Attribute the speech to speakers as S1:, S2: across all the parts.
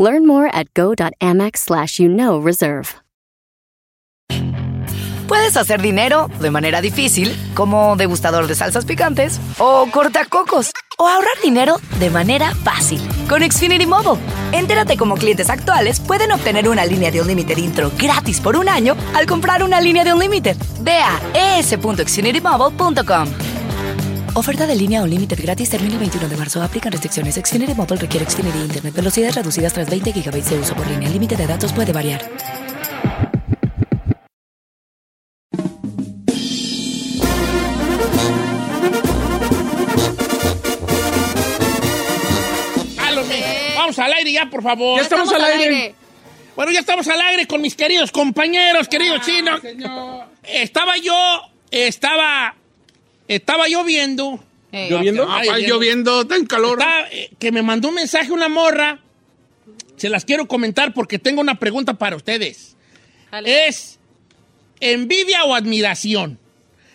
S1: Learn more at go.amex slash you know reserve.
S2: Puedes hacer dinero de manera difícil, como degustador de salsas picantes, o cortacocos, o ahorrar dinero de manera fácil con Xfinity Mobile. Entérate cómo clientes actuales pueden obtener una línea de un límite intro gratis por un año al comprar una línea de un límite. Ve a es.xfinitymobile.com. Oferta de línea o límite gratis termina el 21 de marzo. Aplican restricciones. Xfinity Mobile requiere Xfinity Internet. Velocidades reducidas tras 20 GB de uso por línea. El límite de datos puede variar.
S3: A los- Vamos al aire ya, por favor. Ya estamos, al aire. Bueno, ya estamos al aire con mis queridos compañeros, querido chino. Estaba yo, estaba, estaba yo viendo.
S4: Eh,
S5: ¿Lloviendo? Ah,
S3: Ay,
S5: Ay,
S3: bien.
S5: lloviendo, tan calor.
S3: estaba, eh, que me mandó un mensaje una morra. Se las quiero comentar porque tengo una pregunta para ustedes. Es envidia o admiración.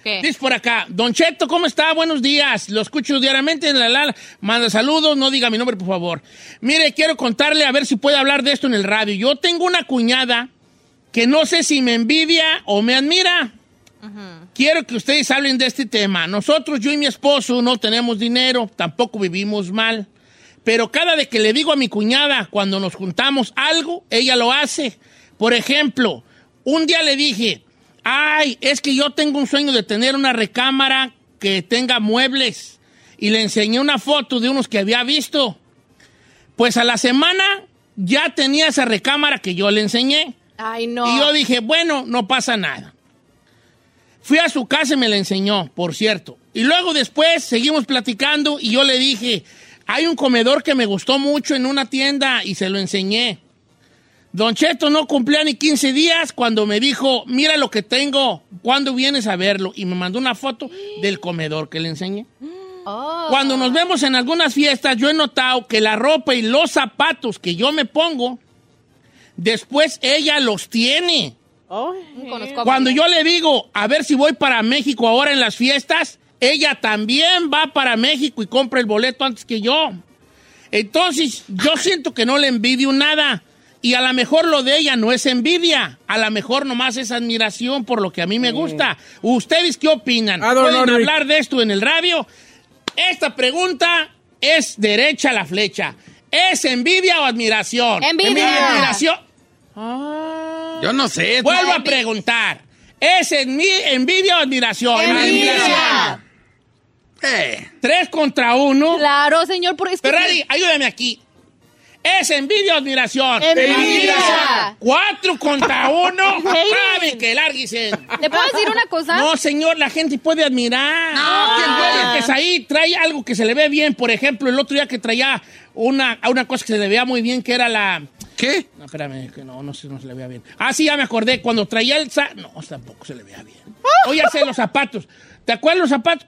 S3: Dice por acá, Don Cheto, ¿cómo está? Buenos días. Lo escucho diariamente en la la. Manda saludos, no diga mi nombre, por favor. Mire, quiero contarle a ver si puede hablar de esto en el radio. Yo tengo una cuñada que no sé si me envidia o me admira. Quiero que ustedes hablen de este tema. Nosotros, yo y mi esposo, no tenemos dinero, tampoco vivimos mal. Pero cada vez que le digo a mi cuñada cuando nos juntamos algo, ella lo hace. Por ejemplo, un día le dije, ay, es que yo tengo un sueño de tener una recámara que tenga muebles. Y le enseñé una foto de unos que había visto. Pues a la semana ya tenía esa recámara que yo le enseñé.
S6: Ay, no.
S3: Y yo dije, bueno, no pasa nada. Fui a su casa y me la enseñó, por cierto. Y luego después seguimos platicando y yo le dije, hay un comedor que me gustó mucho en una tienda y se lo enseñé. Don Cheto no cumplía ni 15 días cuando me dijo, mira lo que tengo, ¿cuándo vienes a verlo? Y me mandó una foto del comedor que le enseñé.
S6: Oh.
S3: Cuando nos vemos en algunas fiestas, yo he notado que la ropa y los zapatos que yo me pongo, después ella los tiene. Cuando yo le digo, a ver si voy para México ahora en las fiestas, ella también va para México y compra el boleto antes que yo. Entonces, yo siento que no le envidio nada. Y a lo mejor lo de ella no es envidia, a lo mejor nomás es admiración por lo que a mí me gusta. ¿Ustedes qué opinan?
S5: I don't
S3: ¿Pueden
S5: know, Rick.
S3: hablar de esto en el radio? Esta pregunta es derecha a la flecha. ¿Es envidia o admiración?
S6: Envidia.
S3: Admiración. Ah.
S5: Yo no sé.
S3: Vuelvo a preguntar. ¿Es en mi envidia o admiración? Admiración.
S5: Eh,
S3: Tres contra uno.
S6: Claro, señor, porque es que...
S3: Ferrari, ayúdame aquí. ¿Es envidia o admiración?
S6: Envidia.
S3: Cuatro contra uno.
S6: Hating.
S3: Saben que larguisen.
S6: ¿Le puedo decir una cosa?
S3: No, señor, la gente puede admirar.
S5: No, ¿quién puede?
S3: Que es ahí trae algo que se le ve bien. Por ejemplo, el otro día que traía una, una cosa que se le veía muy bien, que era la...
S5: ¿Qué?
S3: No, espérame, que no, no, se- no se le vea bien. Ah, sí, ya me acordé. Cuando traía el sa... No, tampoco se le vea bien. O ya sé, los zapatos. ¿Te acuerdas los zapatos?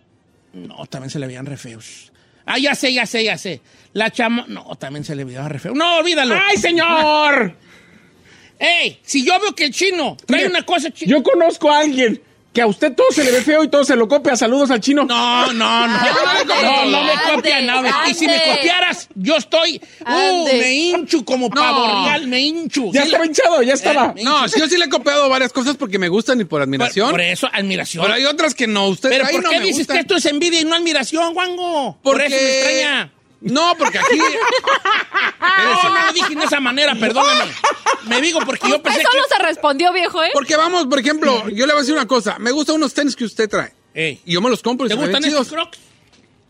S3: No, también se le veían re feos. Ah, ya sé, ya sé, ya sé. La chama... No, también se le veía re feo. No, olvídalo.
S5: ¡Ay, señor!
S3: ¡Ey! Si yo veo que el chino trae
S5: Mire,
S3: una cosa china...
S5: Yo conozco a alguien que a usted todo se le ve feo y todo se lo copia. Saludos al chino.
S3: No, no, no. No, no me copian, no. Y si me copiaras, yo estoy... Uh,
S6: Ande.
S3: me hincho como pavo
S5: No.
S3: real, me hincho.
S5: Ya
S3: Sí,
S5: estaba hinchado, ya estaba.
S3: Eh,
S7: No, sí, yo sí le he copiado varias cosas porque me gustan y por
S3: por,
S7: admiración.
S3: por eso, admiración.
S7: pero hay otras que no. Usted
S3: Pero
S7: ay,
S3: ¿por
S7: no
S3: qué
S7: me
S3: dices
S7: gustan.
S3: que esto es envidia y no admiración, Wango? Por eso me extraña.
S7: No, porque aquí.
S3: No,
S7: Espérese.
S3: no lo dije de esa manera, perdóname. Me digo porque yo pensé
S6: Eso no
S3: que...
S6: se respondió, viejo, ¿eh?
S7: Porque vamos, por ejemplo, yo le voy a decir una cosa. Me gustan unos tenis que usted trae.
S3: Ey,
S7: Y yo me los compro y
S3: ¿Te
S7: se me ven
S3: gustan esos
S7: chidos.
S3: crocs?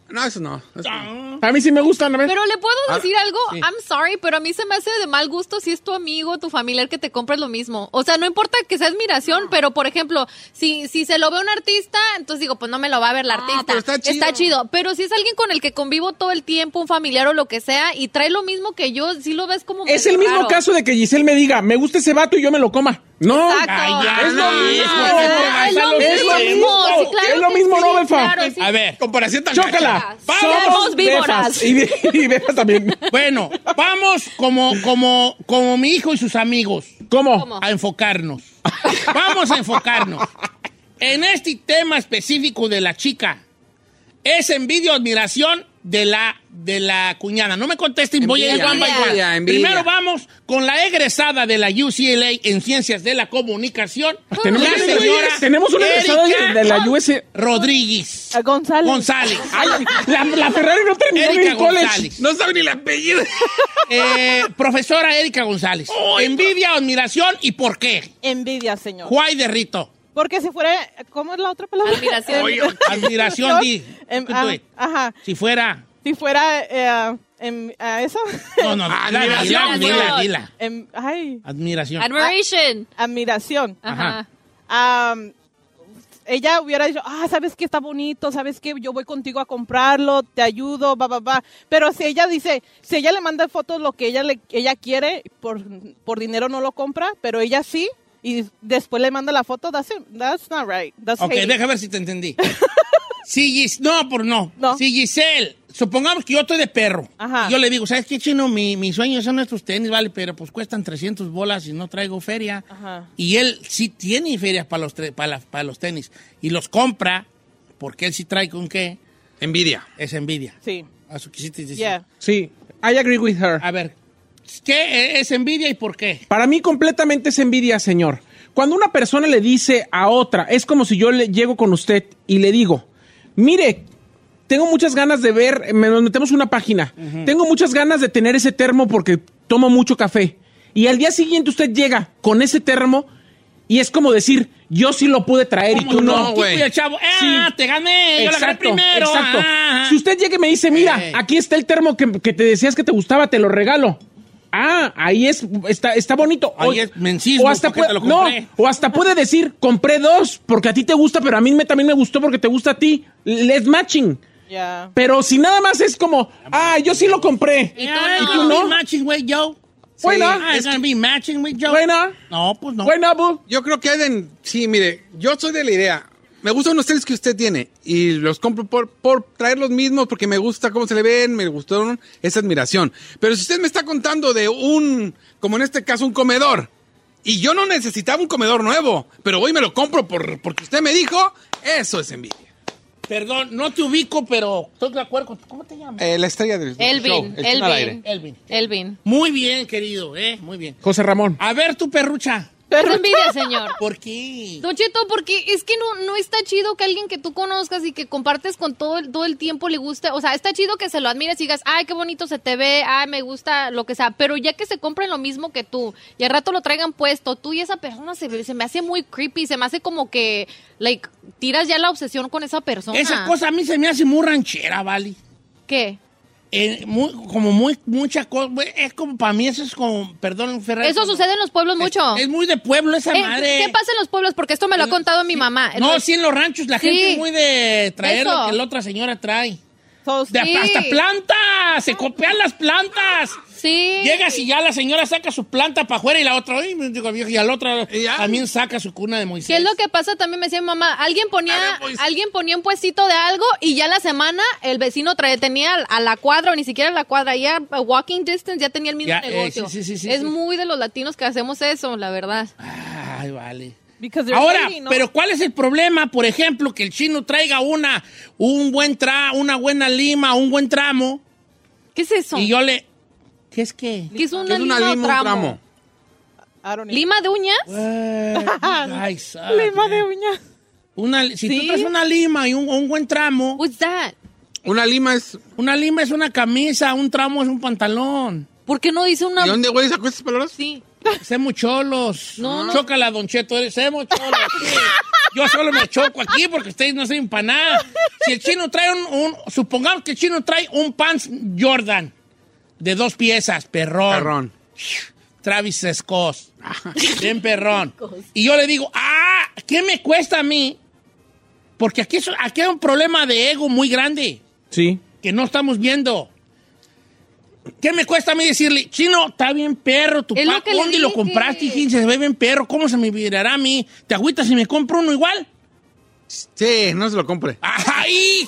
S7: No, eso no. eso no.
S5: A mí sí me gustan, a ver.
S6: Pero le puedo
S7: Ah,
S6: decir algo, I'm sorry, pero a mí se me hace de mal gusto si es tu amigo, tu familiar que te compres lo mismo. O sea, no importa que sea admiración, pero por ejemplo, si, si se lo ve un artista, entonces digo, pues no me lo va a ver la artista.
S7: pero está chido.
S6: Pero si es alguien con el que convivo todo el tiempo, un familiar o lo que sea, y trae lo mismo que yo, si lo ves como
S5: Es
S6: medio
S5: el mismo
S6: raro.
S5: caso de que Giselle me diga, me gusta ese vato y yo me lo coma. No.
S6: Exacto.
S3: Ay, ya,
S5: Es lo
S3: no,
S5: mismo.
S3: no,
S6: Ah, es lo
S5: Es lo
S6: mismo,
S5: mismo.
S6: sí, claro
S5: Es lo
S6: que
S5: mismo,
S6: sí,
S5: no, Befa.
S6: claro, sí.
S3: A ver,
S7: Comparación tan gacha.
S5: ¡Chócala!
S6: Somos
S5: Somos
S6: víboras.
S5: befas. Y, be- y befas también.
S3: bueno, vamos como, como, como mi hijo y sus amigos
S5: ¿Cómo?
S6: ¿Cómo?
S3: a enfocarnos. Vamos a enfocarnos en este tema específico de la chica. Es envidia o admiración de la, de la cuñada. No me contesten, voy a ir
S7: Envidia,
S3: one by one.
S7: envidia, envidia.
S3: Primero vamos con la egresada de la UCLA en Ciencias de la Comunicación.
S5: Tenemos
S3: la
S5: una
S3: señora
S5: tenemos una egresada
S3: Erika
S5: de la US.
S3: Rodríguez.
S8: A González.
S3: González.
S5: Ay, la, la Ferrari no terminó en
S3: Erika
S5: el college.
S3: González.
S7: No sabe ni el apellido.
S3: Eh, profesora Erika González. Envidia o admiración y por qué.
S8: Envidia, señor.
S3: Juay de Rito.
S8: Porque si fuera, ¿cómo es la otra palabra?
S6: Admiración.
S8: Em-
S3: Admiración, di.
S8: em-
S3: Tú,
S8: ah,
S3: tú, eh.
S8: ajá.
S3: Si fuera.
S8: Si fuera eh, em- ah, eso.
S3: No, no, dila, dila,
S6: Admiración.
S3: dila, dila.
S8: Em- ay,
S3: Admiración.
S6: Admiration.
S8: Ah, admiración.
S3: Ajá.
S6: Ajá.
S8: Am, ella hubiera dicho, ah, sabes que está bonito, sabes que yo voy contigo a comprarlo, te ayudo, va, va, va. Pero si ella dice, si ella le manda fotos lo que ella le, ella quiere, por, por dinero no lo compra, pero ella sí, y después le manda la foto, that's, that's not right. That's
S3: Ah, Ok,
S8: hating.
S3: déjame ver si te entendí. Si Gis- no, por no.
S8: No.
S3: Si Giselle, supongamos que yo estoy de perro.
S8: Ajá.
S3: Y yo le digo, ¿sabes qué, chino? Mi, mi sueño son estos tenis, vale, pero pues cuestan 300 bolas y no traigo feria.
S8: Ajá.
S3: Y él sí tiene ferias para los, tre- para, las- para los tenis. Y los compra, porque él sí trae con qué.
S7: Envidia.
S3: Es envidia.
S8: Sí,
S3: A su quisiste decir.
S8: yeah.
S5: Sí, I agree with her.
S3: A ver, ¿qué es envidia y por qué?
S5: Para mí completamente es envidia, señor. Cuando una persona le dice a otra, es como si yo le llego con usted y le digo, mire, tengo muchas ganas de ver, me- nos metemos una página, tengo muchas ganas de tener ese termo porque tomo mucho café. Y al día siguiente usted llega con ese termo y es como decir, yo sí lo pude traer y
S3: ¿Cómo
S5: tú no.
S3: no, güey?
S7: güey.
S3: el chavo, ¡ah,
S5: Sí.
S3: te gané! ¡Yo la gané primero!
S5: exacto.
S3: ah".
S5: Si usted llega y me dice, mira,
S3: Ey.
S5: aquí está el termo que, que te decías que te gustaba, te lo regalo. Ah, ahí es, está, está bonito. O-
S3: Ahí es mencismo,
S5: o hasta
S3: porque te
S5: puede-
S3: lo compré.
S5: no, o hasta puede decir, compré dos, porque a ti te gusta, pero a mí me, también me gustó porque te gusta a ti. Les matching.
S8: Yeah.
S5: Pero si nada más es como, ah, yo sí lo compré. Ah,
S3: ¿Y
S5: ¿Y tú no?
S3: matching with Joe?
S5: Why not?
S3: Ah, it's gonna be matching with Joe.
S5: Why not?
S3: No, pues no.
S5: Bueno, bu-
S7: Yo creo que Eden, sí, mire, yo soy de la idea. Me gustan los tenis que usted tiene y los compro por, por traer los mismos porque me gusta cómo se le ven, me gustaron esa admiración. Pero si usted me está contando de un, como en este caso, un comedor, y yo no necesitaba un comedor nuevo, pero hoy me lo compro por, porque usted me dijo, eso es envidia.
S3: Perdón, no te ubico, pero estoy de acuerdo con ¿Cómo te llamas?
S7: Eh, la estrella del del show,
S6: Elvin,
S7: el chino al aire.
S6: Elvin,
S3: Elvin.
S6: Elvin.
S3: Muy bien, querido, eh, muy bien.
S5: José Ramón.
S3: A ver, tu perrucha.
S6: Es envidia, señor.
S3: ¿Por qué?
S6: Don Cheto, porque es que no, no está chido que alguien que tú conozcas y que compartes con todo el, todo el tiempo le guste. O sea, está chido que se lo admires y digas, ay, qué bonito se te ve, ay, me gusta, lo que sea. Pero ya que se compren lo mismo que tú y al rato lo traigan puesto, tú y esa persona se, se me hace muy creepy, se me hace como que, like, tiras ya la obsesión con esa persona.
S3: Esa cosa a mí se me hace muy ranchera, Vali.
S6: ¿Qué?
S3: Eh, muy- como muy, mucha cosa. Es como, para mí eso es como, perdón, Ferrari.
S6: Eso
S3: como-
S6: sucede en los pueblos mucho.
S3: Es, es muy de pueblo esa
S6: Eh,
S3: madre.
S6: ¿Qué pasa en los pueblos? Porque esto me lo ha contado mi mamá.
S3: No,
S6: Entonces-
S3: sí, en los ranchos la
S6: Sí.
S3: gente es muy de traer lo
S6: Eso.
S3: que la otra señora trae.
S8: So,
S3: De
S6: Sí.
S3: hasta plantas, se copian las plantas.
S6: Sí.
S3: Llegas y ya la señora saca su planta para afuera y la otra, ay, me digo, viejo, y la otra
S7: Y ya.
S3: también saca su cuna de Moisés.
S6: ¿Qué es lo que pasa? También me decía mi mamá, alguien ponía,
S7: A ver,
S3: pues.
S7: Moisés.
S6: alguien ponía un puestito de algo y ya la semana el vecino trae, tenía al- a la cuadra o ni siquiera a la cuadra, ya a walking distance ya tenía el mismo
S3: Ya, eh,
S6: negocio.
S3: sí, sí, sí, sí,
S6: es
S3: sí.
S6: muy de los latinos que hacemos eso, la verdad.
S3: Ay, vale.
S8: because they're
S3: Ahora,
S8: hating, ¿no?
S3: pero ¿cuál es el problema? Por ejemplo, que el chino traiga una, un buen tra, una buena lima, un buen tramo,
S6: ¿Qué es eso?
S3: y yo le. ¿Qué es que?
S6: ¿Qué es una,
S7: Que es una
S6: lima, o
S7: lima, un
S6: tramo?
S7: tramo.
S8: I don't know.
S6: ¿Lima de uñas?
S3: Ay,
S8: Lima de uña.
S3: Una, si tú
S8: Sí.
S3: traes una lima y un, un buen tramo,
S6: What's that?
S7: Una lima es...
S3: una lima es una camisa, un tramo es un pantalón.
S6: ¿Por qué no dice una...
S7: ¿De dónde, güey, sacó esas palabras?
S6: Sí.
S3: Semos cholos.
S6: No, no.
S3: Chócala, Don Cheto, eres semos eh, cholos. sí. Yo solo me choco aquí porque ustedes no saben para nada. Si el chino trae un, un- Supongamos que el chino trae un pants Jordan de dos piezas, perrón.
S7: Perrón.
S3: Travis Scott. Bien perrón. Y yo le digo, ah, ¿qué me cuesta a mí? Porque aquí, es- aquí hay un problema de ego muy grande
S5: Sí.
S3: que no estamos viendo. ¿Qué me cuesta a mí decirle, chino, está bien perro, tu
S6: Es lo
S3: pack,
S6: que le
S3: ¿dónde lo
S6: dije.
S3: compraste? Hijín? se ve bien perro, ¿cómo se me virará a mí? ¿Te agüitas si me compro uno igual?
S7: Sí, no se lo compre.
S3: ¡Ay!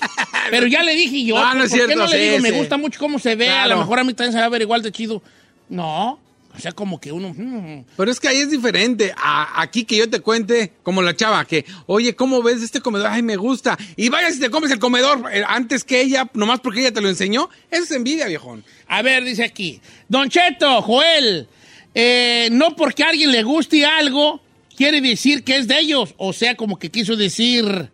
S3: Pero ya le dije yo,
S7: Ah, no es
S3: ¿por qué
S7: cierto,
S3: no le
S7: sí,
S3: digo, me
S7: sí.
S3: gusta mucho cómo se ve, a lo
S7: Claro.
S3: mejor a mí también se va a ver igual de chido? No, o sea, como que uno... mm.
S7: Pero es que ahí es diferente. A- aquí que yo te cuente, como la chava, que, oye, ¿cómo ves este comedor? Ay, me gusta. Y vaya si te comes el comedor eh, antes que ella, nomás porque ella te lo enseñó. Eso es envidia, viejón.
S3: A ver, dice aquí. Don Cheto, Joel, eh, no porque a alguien le guste algo, quiere decir que es de ellos. O sea, como que quiso decir.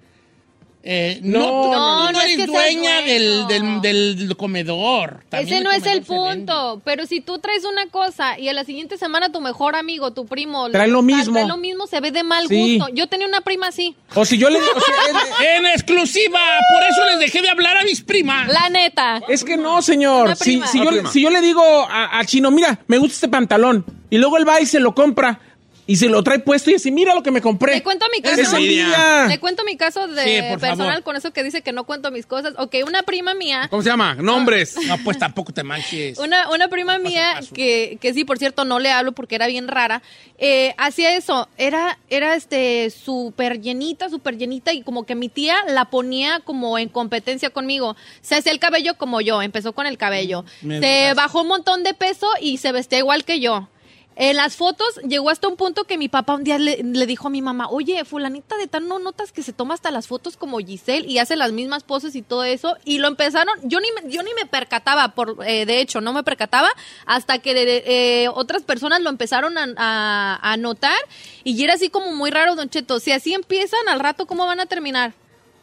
S3: eh, no,
S5: No,
S3: tú- tú
S6: no, no es
S3: eres
S6: que seas
S3: dueña del,
S6: dueño.
S3: del- del comedor. También
S6: Ese no es
S3: comedor
S6: el
S3: se vende.
S6: punto, pero si tú traes una cosa y a la siguiente semana tu mejor amigo, tu primo,
S5: Trae lo
S6: tal-
S5: mismo.
S6: trae lo mismo, se ve de mal
S5: Sí.
S6: gusto. Yo tenía una prima así,
S5: O si yo le digo, o sea,
S3: En exclusiva, por eso les dejé de hablar a mis primas.
S6: la neta.
S5: es, es que no, señor.
S6: Una
S5: Si,
S6: prima.
S5: si
S7: Una
S5: yo,
S7: prima.
S5: si yo le digo a, a Chino, mira, me gusta este pantalón, y luego él va y se lo compra, y se lo trae puesto y dice, mira lo que me compré.
S6: Te cuento mi
S5: Esa Es
S6: caso.
S5: envidia.
S6: Le cuento mi caso de
S3: Sí, por
S6: personal
S3: favor.
S6: con eso que dice que no cuento mis cosas. Ok, una prima mía,
S7: ¿Cómo se llama? Nombres.
S3: No, pues tampoco te manches.
S6: una, una prima mía
S3: paso.
S6: que, que sí, por cierto, no le hablo porque era bien rara, eh, hacía eso, era, era este súper llenita, súper llenita, y como que mi tía la ponía como en competencia conmigo. Se hacía el cabello como yo, empezó con el cabello.
S3: Me
S6: Se
S3: dejaste.
S6: bajó un montón de peso y se vestía igual que yo. En las fotos llegó hasta un punto que mi papá un día le, le dijo a mi mamá, oye, fulanita de tal, ¿no notas que se toma hasta las fotos como Giselle y hace las mismas poses y todo eso? Y lo empezaron, yo ni, me- yo ni me percataba, por, eh, de hecho, no me percataba, hasta que eh, otras personas lo empezaron a, a- a notar y era así como muy raro, don Cheto, si así empiezan al rato, ¿cómo van a terminar?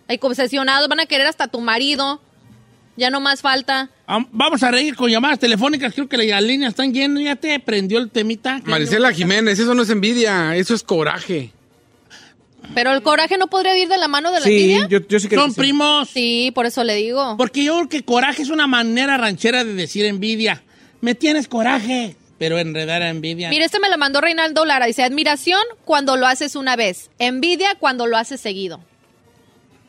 S6: Hay obsesionados, van a querer hasta tu marido, ya no más falta.
S3: Am- Ah, Vamos a reír con llamadas telefónicas. Creo que las líneas están llenas. Ya te prendió el temita.
S7: Maricela Jiménez, eso no es envidia, eso es coraje.
S6: Pero el coraje no podría ir de la mano de la
S5: Sí,
S6: envidia?
S5: yo, yo sí creo que
S3: Son
S5: sí.
S3: primos.
S6: Sí, por eso le digo.
S3: Porque yo creo que coraje es una manera ranchera de decir envidia. Me tienes coraje, pero enredar a envidia.
S6: Mira, este me lo mandó Reinaldo Lara. Dice, admiración cuando lo haces una vez. Envidia cuando lo haces seguido.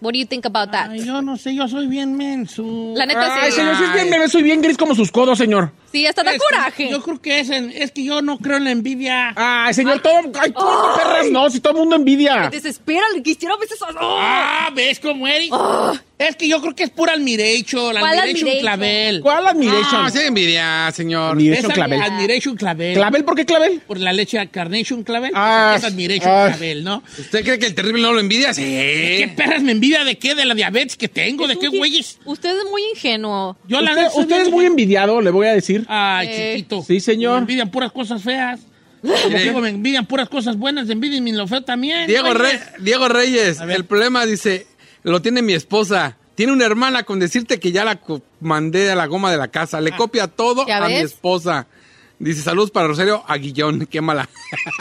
S6: What do you think about that?
S3: Ay, yo no sé, yo soy bien menso.
S6: La neta,
S5: Ay,
S6: sí.
S5: señor, si es bien bebé, soy bien gris como sus codos, señor.
S6: Sí, hasta da
S3: Es-
S6: coraje.
S3: Yo creo que es, en- es que yo no creo en la envidia.
S5: Ay, señor, todo, Ah, ay, todo perras, no, si todo el mundo envidia.
S6: Desespera, le quisiera a veces... ¡Oh!
S3: Ah, ¿ves cómo eres? Es que yo creo que es pura admiration, la
S6: Ah. ¿Cuál
S3: admiration,
S6: admiration?
S3: clavel. Ah,
S5: ¿Cuál admiration?
S7: No, Ah, sí, envidia, señor.
S3: Es
S5: Admiration
S3: ad-
S5: clavel.
S3: admiration clavel.
S5: ¿Clavel? ¿Por qué clavel?
S3: Por la leche de carnation clavel.
S5: Ah,
S3: es admiration
S5: ah.
S3: clavel, ¿no?
S7: ¿Usted cree que el terrible no lo envidia? Sí.
S3: ¿Qué perras me envidia de qué? ¿De la diabetes que tengo? ¿De
S6: Es
S3: qué
S6: un-
S3: güeyes?
S6: Usted es muy ingenuo.
S3: Yo la
S5: usted
S3: neta soy
S5: usted
S3: bien-
S5: es muy envidiado, le voy a decir.
S3: Ay,
S6: Eh,
S3: chiquito.
S5: sí, señor.
S3: Me envidian puras cosas feas. Como digo, me envidian puras cosas buenas, envidian mi fe también.
S7: Diego,
S3: Oye,
S7: Re- Diego Reyes,
S3: ver.
S7: el problema dice, lo tiene mi esposa. Tiene una hermana con decirte que ya la co- mandé a la goma de la casa.
S3: Ah.
S7: Le copia todo
S6: ¿Ya
S7: a mi
S6: ves?
S7: esposa. Dice, saludos para Rosario Aguillón. Qué mala.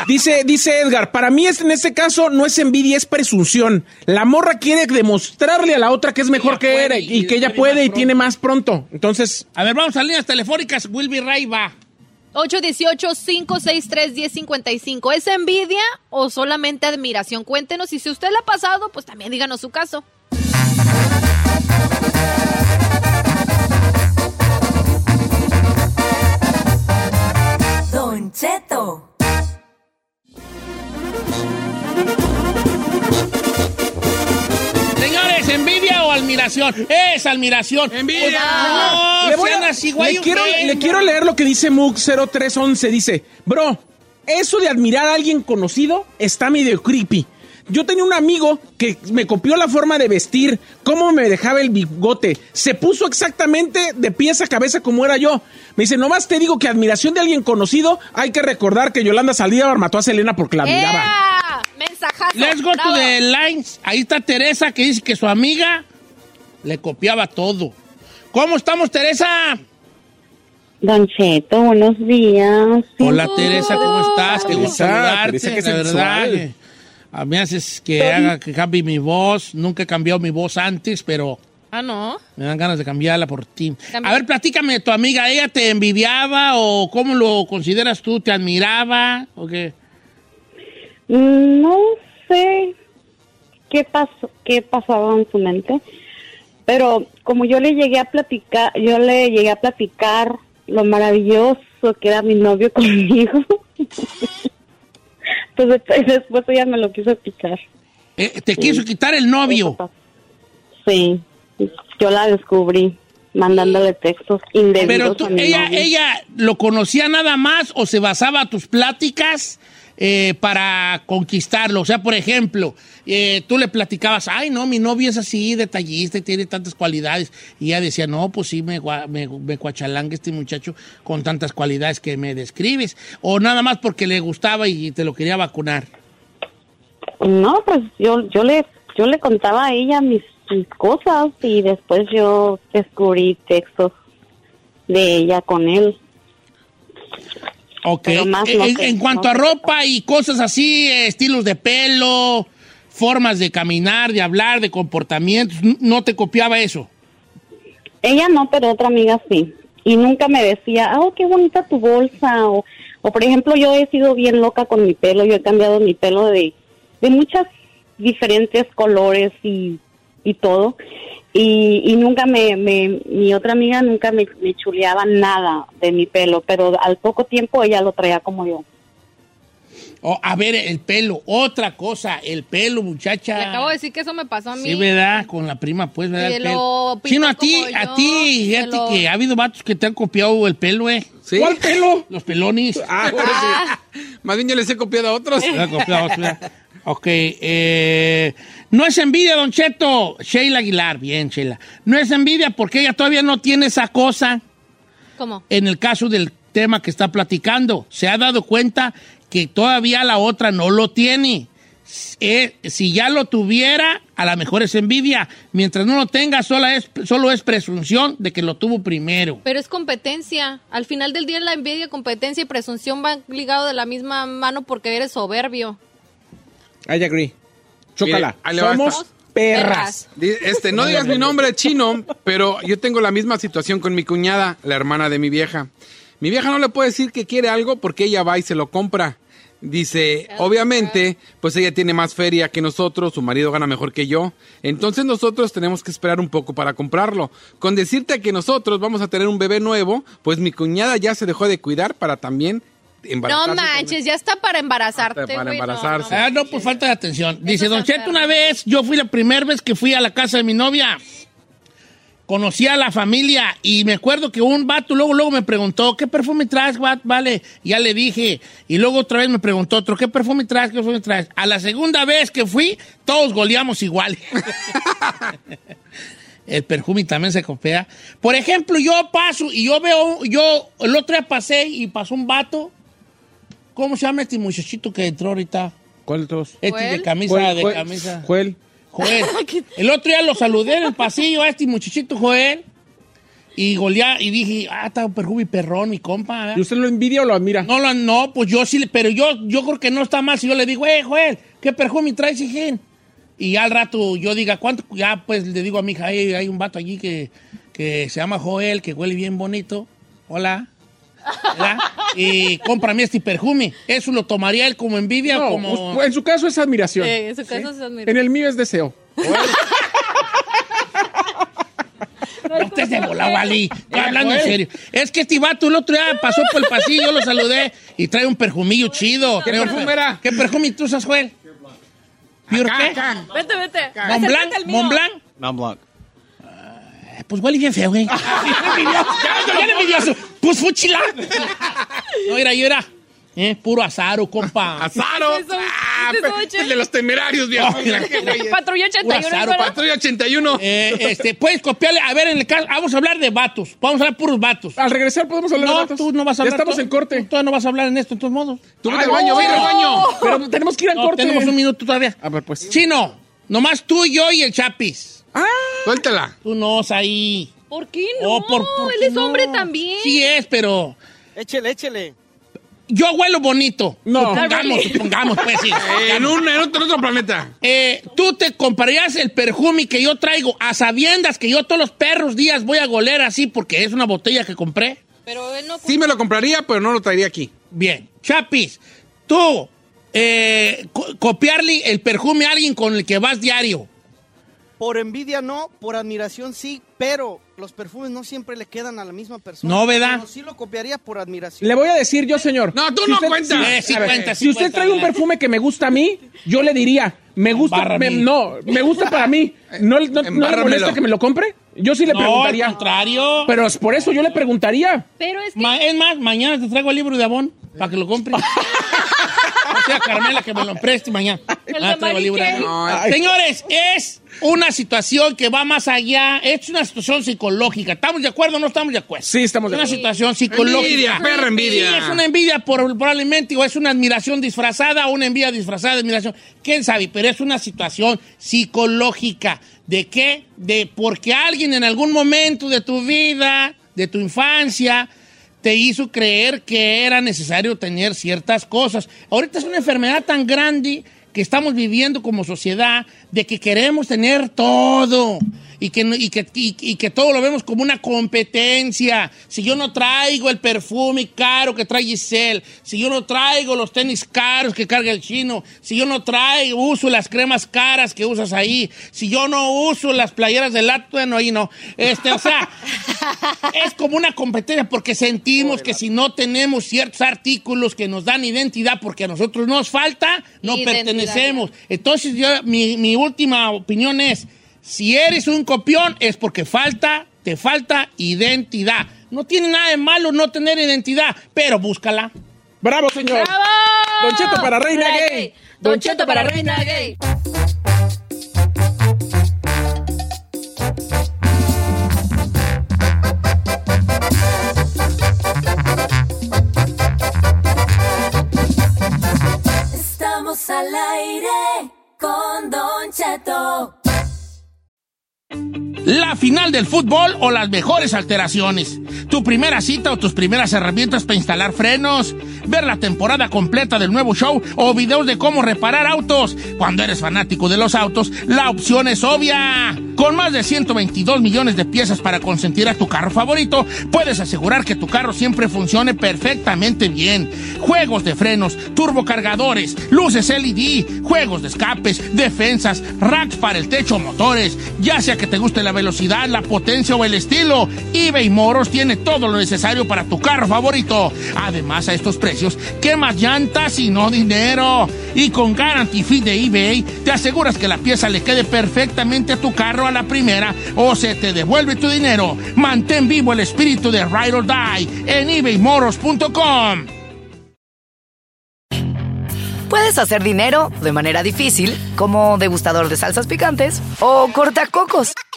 S5: Dice, dice Edgar, para mí es, en este caso no es envidia, es presunción. La morra quiere demostrarle a la otra que es mejor
S3: ella puede
S5: que era
S3: y-
S5: y que ella
S3: y
S5: puede
S3: más
S5: y tiene más pronto. Entonces,
S3: A ver, vamos a líneas telefónicas. Wilby Ray va.
S6: 818-563-1055. ¿Es envidia o solamente admiración? Cuéntenos. Y si usted la ha pasado, pues también díganos su caso.
S2: Don Cheto.
S3: Señores, ¿envidia o admiración? Es admiración.
S7: ¡Envidia!
S3: No,
S5: le, voy a-
S3: sean así, güey,
S5: le quiero,
S3: ustedes,
S5: le
S3: no.
S5: quiero leer lo que dice Mook0311. Dice, bro, eso de admirar a alguien conocido está medio creepy. Yo tenía un amigo que me copió la forma de vestir, cómo me dejaba el bigote. Se puso exactamente de pies a cabeza como era yo. Me dice, nomás te digo que admiración de alguien conocido, hay que recordar que Yolanda Saldívar mató a Selena porque la admiraba.
S6: ¡Ea! Ah, Mensajazo.
S3: Let's go to
S6: Bravo.
S3: the lines. Ahí está Teresa que dice que su amiga le copiaba todo. ¿Cómo estamos, Teresa?
S9: Don Cheto, buenos días.
S3: Hola, Teresa, ¿cómo estás? Qué gusto
S5: Teresa,
S3: saludarte,
S5: Teresa, qué
S3: la verdad.
S5: sensual.
S3: A mí haces que haga que cambie mi voz. Nunca he cambiado mi voz antes, pero
S6: Ah, no.
S3: me dan ganas de cambiarla por ti.
S6: Cambia.
S3: A ver, platícame de tu amiga. ¿Ella te envidiaba o cómo lo consideras tú? ¿Te admiraba? ¿O qué?
S10: Mm, No sé qué pasó, qué pasaba en su mente, pero como yo le llegué a platicar, yo le llegué a platicar lo maravilloso que era mi novio conmigo. pues después, después ella me lo quiso picar.
S3: Eh, te quiso quitar el novio.
S10: Sí, yo la descubrí mandándole textos indebidos
S3: Pero tú,
S10: a mi
S3: ella,
S10: novio.
S3: ella lo conocía nada más o se basaba tus pláticas eh, para conquistarlo. O sea, por ejemplo, eh, tú le platicabas, ay, no, mi novio es así, detallista y tiene tantas cualidades. Y ella decía, no, pues sí, me, gua- me, me cuachalanga este muchacho con tantas cualidades que me describes. O nada más porque le gustaba y te lo quería vacunar.
S10: No, pues yo, yo le, yo le contaba a ella mis, mis cosas y después yo descubrí textos de ella con él.
S3: Ok.
S10: Pero más
S3: Eh,
S10: no
S3: en,
S10: que-
S3: en cuanto
S10: no
S3: a
S10: que-
S3: ropa y cosas así, eh, estilos de pelo, formas de caminar, de hablar, de comportamientos, n- no te copiaba eso.
S10: Ella no, pero otra amiga sí. Y nunca me decía, oh, qué bonita tu bolsa. O, o por ejemplo, yo he sido bien loca con mi pelo. Yo he cambiado mi pelo de, de muchas diferentes colores y, y todo. Y, y nunca me, me, mi otra amiga nunca me, me chuleaba nada de mi pelo, pero al poco tiempo ella lo traía como yo.
S3: O, a ver, el pelo, otra cosa, el pelo, muchacha.
S6: Le acabo de decir que eso me pasó a mí.
S3: Sí, ¿verdad? Con la prima, pues, ¿verdad?
S6: Te
S3: El
S6: lo
S3: pelo.
S6: pinto
S3: Chino, a ti,
S6: como
S3: a
S6: yo,
S3: ti,
S6: te
S3: fíjate
S6: lo-
S3: que ha habido vatos que te han copiado el pelo, ¿eh?
S7: ¿Sí?
S5: ¿Cuál pelo?
S3: Los pelones.
S7: Ah, bueno, sí. Más bien yo les he copiado a otros.
S3: Te han copiado, ¿verdad? ok, eh, no es envidia, don Cheto. Sheila Aguilar, bien, Sheila. No es envidia porque ella todavía no tiene esa cosa.
S6: ¿Cómo?
S3: en el caso del tema que está platicando, se ha dado cuenta que todavía la otra no lo tiene. Eh, si ya lo tuviera, a lo mejor es envidia. Mientras no lo tenga, solo es, solo es presunción de que lo tuvo primero.
S6: Pero es competencia. Al final del día la envidia, competencia y presunción van ligados de la misma mano porque eres soberbio.
S5: I agree. Chócala.
S7: Mire, ahí le va
S5: Somos
S7: esta.
S5: perras.
S7: Di- Este, no digas mi nombre chino, pero yo tengo la misma situación con mi cuñada, la hermana de mi vieja. Mi vieja no le puede decir que quiere algo porque ella va y se lo compra. Dice, obviamente, pues ella tiene más feria que nosotros, su marido gana mejor que yo. Entonces nosotros tenemos que esperar un poco para comprarlo. Con decirte que nosotros vamos a tener un bebé nuevo, pues mi cuñada ya se dejó de cuidar para también embarazarse.
S6: No
S7: con él.
S6: manches, ya está para embarazarte.
S7: Hasta para
S6: güey, no,
S7: embarazarse.
S6: no.
S3: Ah, no, por falta de atención. Dice,
S6: es
S3: don Cheto,
S6: enfermo.
S3: una vez, yo fui la primera vez que fui a la casa de mi novia. Conocí a la familia y me acuerdo que un vato luego, luego me preguntó, ¿qué perfume traes, va- Vale, ya le dije. Y luego otra vez me preguntó otro, ¿qué perfume traes, qué perfume traes? A la segunda vez que fui, todos goleamos igual. El perfume también se copia. Por ejemplo, yo paso y yo veo, yo el otro día pasé y pasó un vato. ¿Cómo se llama este muchachito que entró ahorita?
S5: ¿Cuál de todos?
S3: Este de
S6: Joel.
S3: camisa,
S5: Joel,
S3: de
S5: Joel,
S3: camisa.
S5: Joel.
S3: Joel. El otro día lo saludé en el pasillo a este muchachito Joel. Y golea, y dije, ah, está perjubi perrón, mi compa. ¿verdad?
S5: ¿Y usted lo envidia o lo admira?
S3: No, lo- no, pues yo sí, le- pero yo, yo creo que no está mal si yo le digo, eh, Joel, ¿qué perfume traes, hijín? Y ya al rato yo diga, ¿cuánto? Ya pues le digo a mi hija, "Hey, hay un vato allí que, que se llama Joel, que huele bien bonito. Hola. ¿Verdad? Y cómprame este perfume. ¿Eso lo tomaría él como envidia o
S5: No,
S3: como...?
S5: pues, en su caso es admiración.
S6: Eh, en su caso se admira.
S5: En el mío es deseo.
S3: No estés de volado, Ali. Estoy hablando en serio. Es que este vato el otro día pasó por el pasillo, yo lo saludé y trae un perfumillo chido. ¿Qué
S7: perfume era?
S3: ¿Qué perfume tú usas, Joel? ¿Pure qué?
S6: Vete, vete.
S3: ¿Montblanc? ¿Montblanc? Eh, Pues huele bien feo, güey. ya ya le envidioso. Pues fuchila. No, era, yo era. eh, puro azaro, compa.
S7: ¡Azaro!
S6: Eso-
S7: ¡Ah!
S6: eso-
S7: pe- el de los temerarios, viejo.
S3: Oh, mira.
S7: Qué güey.
S6: Patrulla 81,
S3: Un azar,
S6: ¿verdad?
S7: Patrulla 81.
S3: Eh, este, puedes copiarle. A ver, en el caso, vamos a hablar de vatos. Vamos a hablar puros vatos.
S5: Al regresar podemos hablar de
S3: No,
S5: datos.
S3: tú no vas a hablar.
S5: Ya estamos
S3: tú-
S5: en corte.
S3: Tú todavía no vas a hablar en esto, en todos modos.
S7: Tú vete
S5: Ay,
S7: al baño,
S5: no.
S7: vete al baño.
S5: Pero tenemos que ir al
S3: Ah, No,
S5: corte.
S3: tenemos un minuto todavía.
S5: A ver, pues. Ah.
S3: Chino, nomás tú, yo y el Chapis.
S7: Suéltala.
S3: Tú no, ahí.
S6: ¿Por qué no?
S3: Oh, por- ¿por
S6: Él
S3: qué
S6: es hombre
S3: no?
S6: también.
S3: Sí es, pero...
S11: Échele, échele.
S3: yo huelo bonito.
S5: No.
S3: Supongamos, supongamos, pues sí.
S7: En, un, en otro, en otro planeta.
S3: Eh, tú te comprarías el perfume que yo traigo a sabiendas que yo todos los perros días voy a goler así porque es una botella que compré.
S6: Pero él no
S7: Sí me lo compraría, pero no lo traería aquí.
S3: Bien, Chapis, tú eh, co- copiarle el perfume a alguien con el que vas diario.
S12: Por envidia no, por admiración sí, pero los perfumes no siempre le quedan a la misma persona.
S3: No, ¿verdad?
S12: Pero sí lo copiaría por admiración.
S5: Le voy a decir yo, señor.
S7: No, tú no cuentas.
S5: si-
S3: Eh, sí
S5: a ver,
S3: cuentas, sí
S5: si usted
S3: cuentas,
S5: trae un
S3: adelante.
S5: perfume que me gusta a mí, yo le diría, me gusta,
S3: Embarra
S5: me-
S3: a mí.
S5: no, me gusta para mí. ¿No, no, no le
S7: Embárramelo.
S5: molesta que me lo compre? Yo sí le
S3: No, al
S5: preguntaría.
S3: contrario.
S5: Pero es por eso yo le preguntaría.
S6: Pero es que
S3: Ma- es más, mañana te traigo el libro de Abón para que lo compres. O sea, Carmela, que me lo preste mañana.
S6: El
S3: Ah,
S6: de
S3: traigo el libro de
S6: Mariquel.
S3: Abón.
S7: Ay.
S3: Señores, es una situación que va más allá. Es una situación psicológica. ¿Estamos de acuerdo o no estamos de acuerdo?
S5: Sí, estamos de
S3: Es una
S5: acuerdo.
S3: situación psicológica.
S7: Envidia, perra envidia.
S3: Sí, es una envidia por, probablemente, o es una admiración disfrazada, o una envidia disfrazada de admiración. ¿Quién sabe? Pero es una situación psicológica. ¿De qué? De porque alguien en algún momento de tu vida, de tu infancia, te hizo creer que era necesario tener ciertas cosas. Ahorita es una enfermedad tan grande que estamos viviendo como sociedad de que queremos tener todo y que, no- y que, y- y que todo lo vemos como una competencia. Si yo no traigo el perfume caro que trae Giselle, si yo no traigo los tenis caros que carga el chino, si yo no traigo, uso las cremas caras que usas ahí, si yo no uso las playeras del lato, bueno, ahí no. Este, o sea, es como una competencia porque sentimos que si no tenemos ciertos artículos que nos dan identidad porque a nosotros nos falta, no
S6: Identidad.
S3: pertenecemos. Entonces, yo- mi, mi última opinión es, si eres un copión es porque falta, te falta identidad. No tiene nada de malo no tener identidad, pero búscala.
S5: Bravo, señor. Don Cheto para reina
S6: Reina
S5: gay.
S6: gay. Don Cheto para reina gay.
S4: Estamos al aire con Don Cheto.
S3: La final del fútbol o las mejores alteraciones. Tu primera cita o tus primeras herramientas para instalar frenos. Ver la temporada completa del nuevo show o videos de cómo reparar autos. Cuando eres fanático de los autos, la opción es obvia. Con más de 122 millones de piezas para consentir a tu carro favorito, puedes asegurar que tu carro siempre funcione perfectamente bien. Juegos de frenos, turbocargadores, luces LED, juegos de escapes, defensas, racks para el techo, motores, ya sea que te guste la velocidad, la potencia o el estilo, eBay Moros tiene todo lo necesario para tu carro favorito. Además, a estos precios, ¿qué más llantas y no dinero? Y con Guarantee Fee de eBay, te aseguras que la pieza le quede perfectamente a tu carro a la primera o se te devuelve tu dinero. Mantén vivo el espíritu de Ride or Die en ebaymoros.com.
S2: Puedes hacer dinero de manera difícil, como degustador de salsas picantes o cortacocos,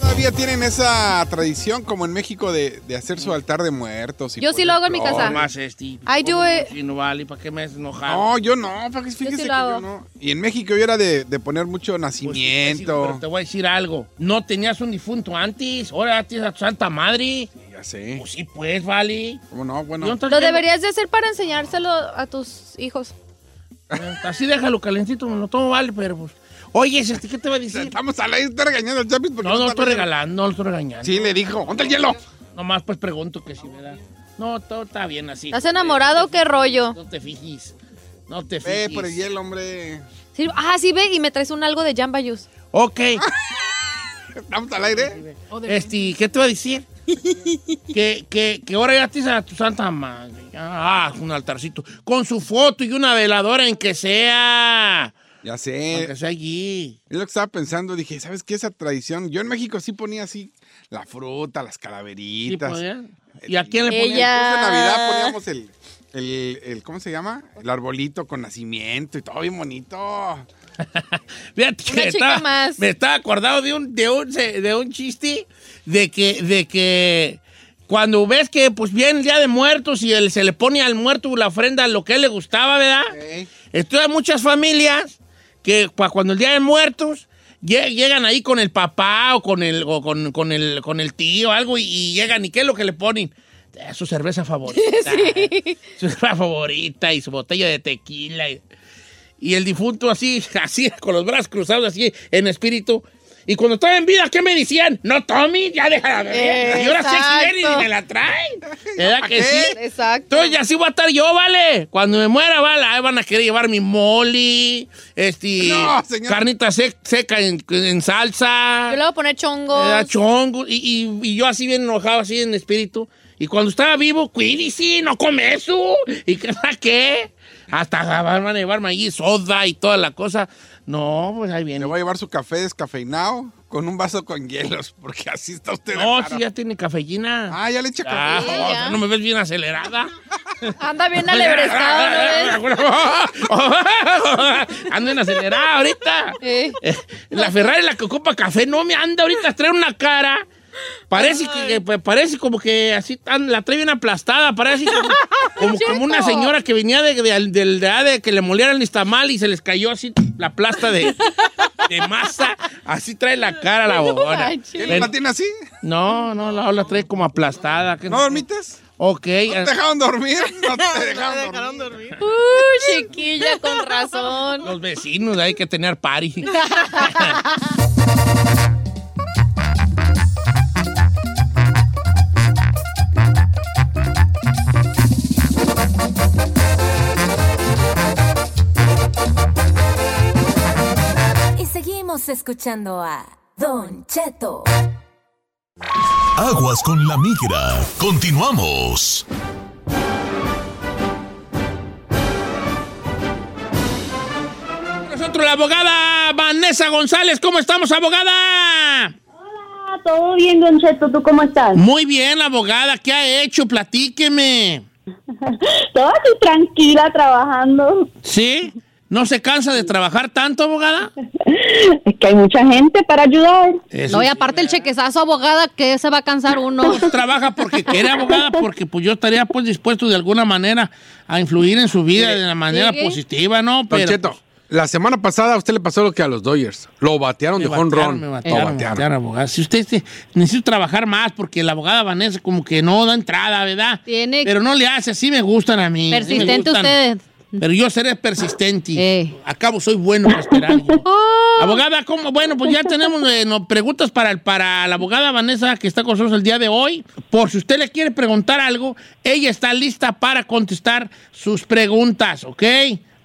S7: Todavía tienen esa tradición como en México de, de hacer su altar de muertos. y
S6: Yo sí
S7: poner
S6: lo hago en mi
S7: flores.
S6: casa.
S3: Más este.
S6: Ay, yo, eh.
S3: Sí, no vale, ¿para qué me has enojado?
S7: No, yo no, porque fíjese
S6: sí lo
S7: que
S6: hago.
S7: yo no. Y en México yo era de, de poner mucho
S3: Pues, sí, pero
S7: nacimiento.
S3: te voy a decir algo. No tenías un difunto antes, ahora tienes a tu santa madre.
S7: ya sé.
S3: Pues sí, pues, vale.
S7: ¿Cómo no? Bueno.
S3: Yo entonces
S6: Lo
S3: tengo-
S6: deberías de hacer para enseñárselo a tus hijos.
S3: Así déjalo calentito, me lo tomo, vale, pero pues. Oye, este, ¿qué te va a decir?
S7: Estamos al aire, está regañando al Chapis porque
S3: No, no lo
S7: está
S3: estoy
S7: regañando.
S3: regalando, no lo estoy regañando.
S7: Sí, le dijo, ¡ponte el hielo!
S3: Nomás pues pregunto que si, ¿verdad? No, todo está bien así.
S6: ¿Estás enamorado? ¿Qué rollo?
S3: No te fijes. No te fijes.
S7: Ve por el hielo, hombre.
S6: Sí, ah, sí, ve, y me traes un algo de Jamba Juice.
S3: Ok.
S7: ¿Estamos al aire?
S3: Este, ¿qué te va a decir? que, que, que ahora ya te a tu santa madre. Ah, un altarcito. Con su foto y una veladora en que sea.
S7: Ya
S3: En
S7: sé.
S3: que sea allí.
S7: Es lo que estaba pensando. Dije, ¿sabes qué? Esa tradición. Yo en México sí ponía así la fruta, las
S3: ¿Sí
S7: calaveritas.
S3: podían? ¿Y a quién le ponían?
S6: Ella.
S7: Incluso en Navidad poníamos el, el, el- ¿Cómo se llama? El arbolito con nacimiento y todo bien bonito.
S3: Fíjate que
S6: Una chica
S3: estaba-
S6: más.
S3: me estaba acordado de un, de un, de un chiste de que, de que cuando ves que pues viene el día de muertos y él, se le pone al muerto la ofrenda lo que a él le gustaba, ¿verdad?
S7: Ok.
S3: Esto hay muchas familias que cua- cuando el día de muertos lle- llegan ahí con el papá o con el, o con, con el, con el tío o algo y, y llegan y ¿qué es lo que le ponen? Eh, Su cerveza favorita. Su cerveza favorita y su botella de tequila. Y, y el difunto así, así, con los brazos cruzados, así, en espíritu. Y cuando estaba en vida, ¿qué me decían? No, Tommy, ya déjala
S6: Eh.
S3: ver. Y ahora sé quién y me la traen. ¿Verdad que sí?
S8: Exacto.
S3: Entonces, así voy a estar yo, vale. Cuando me muera, vale, ahí van a querer llevar mi moli, este,
S7: No, señor.
S3: carnita sec- seca en, en
S6: Yo
S3: salsa,
S6: le voy a poner chongos.
S3: eh, chongo, y, y- y yo así bien enojado, así en espíritu. Y cuando estaba vivo, cuídese, no come eso. ¿Y qué para qué? Hasta van a llevarme allí soda y toda la cosa. No, pues ahí
S7: Le
S3: viene.
S7: voy a llevar su café descafeinado con un vaso con hielos, porque así está usted.
S3: No,
S7: raro.
S3: si ya tiene cafeína.
S7: Ah, ya le echa
S3: Ah,
S7: café.
S3: o sea, no me ves bien acelerada.
S6: Anda bien alebrestado, ¿no ves?
S3: Ando en acelerada ahorita.
S6: Eh.
S3: Eh, La Ferrari, la que ocupa café, no me anda ahorita, trae una cara. Parece que, que, pues, parece como que así tan- la trae bien aplastada, parece como, como, como una señora que venía de, de- del- de- de- de que le molieran el tamal y se les cayó así la plasta de, de masa. Así trae la cara la bobona.
S6: manches.
S7: ¿Quién la tiene así?
S3: No, no, la, la trae como aplastada. que
S7: ¿No dormites?
S3: Ok.
S7: ¿No te dejaron dormir? No te dejaron dormir.
S6: Uh, chiquilla, con razón.
S3: Los vecinos, hay que tener party.
S4: Y seguimos escuchando a Don Cheto.
S13: Aguas con la migra. Continuamos.
S3: Nosotros la abogada Vanessa González, ¿cómo estamos, abogada?
S9: Hola, Ah, todo bien, Don Cheto, ¿tú cómo estás?
S3: Muy bien, abogada, ¿qué ha hecho? Platíqueme.
S9: Todo así tranquila trabajando.
S3: ¿Sí? ¿No se cansa de trabajar tanto, abogada?
S9: Es que hay mucha gente para ayudar.
S3: Eso
S6: No, y
S3: sí.
S6: aparte el chequezazo, abogada, que se va a cansar uno.
S3: Pues, trabaja porque quiere, abogada, porque pues yo estaría pues dispuesto de alguna manera a influir en su vida de la manera
S6: sigue.
S3: positiva, ¿no?
S7: Don Cheto,
S3: pues,
S7: la semana pasada a usted le pasó lo que a los Dodgers. Lo batearon
S3: me
S7: de jonrón.
S3: batearon, me
S7: Lo
S3: batearon, me
S7: batearon.
S3: batearon, abogada. Si usted se- necesita trabajar más porque la abogada Vanessa como que no da entrada, ¿verdad?
S6: Tiene-
S3: Pero no le hace, así me gustan a mí. así me
S6: Persistente
S3: gustan.
S6: ustedes.
S3: Pero yo seré persistente.
S6: Eh.
S3: Acabo, soy bueno para esperar. Oh. Abogada, ¿cómo? Bueno, pues ya tenemos eh, no, preguntas para, el- para la abogada Vanessa que está con nosotros el día de hoy. Por si usted le quiere preguntar algo, ella está lista para contestar sus preguntas, ¿ok?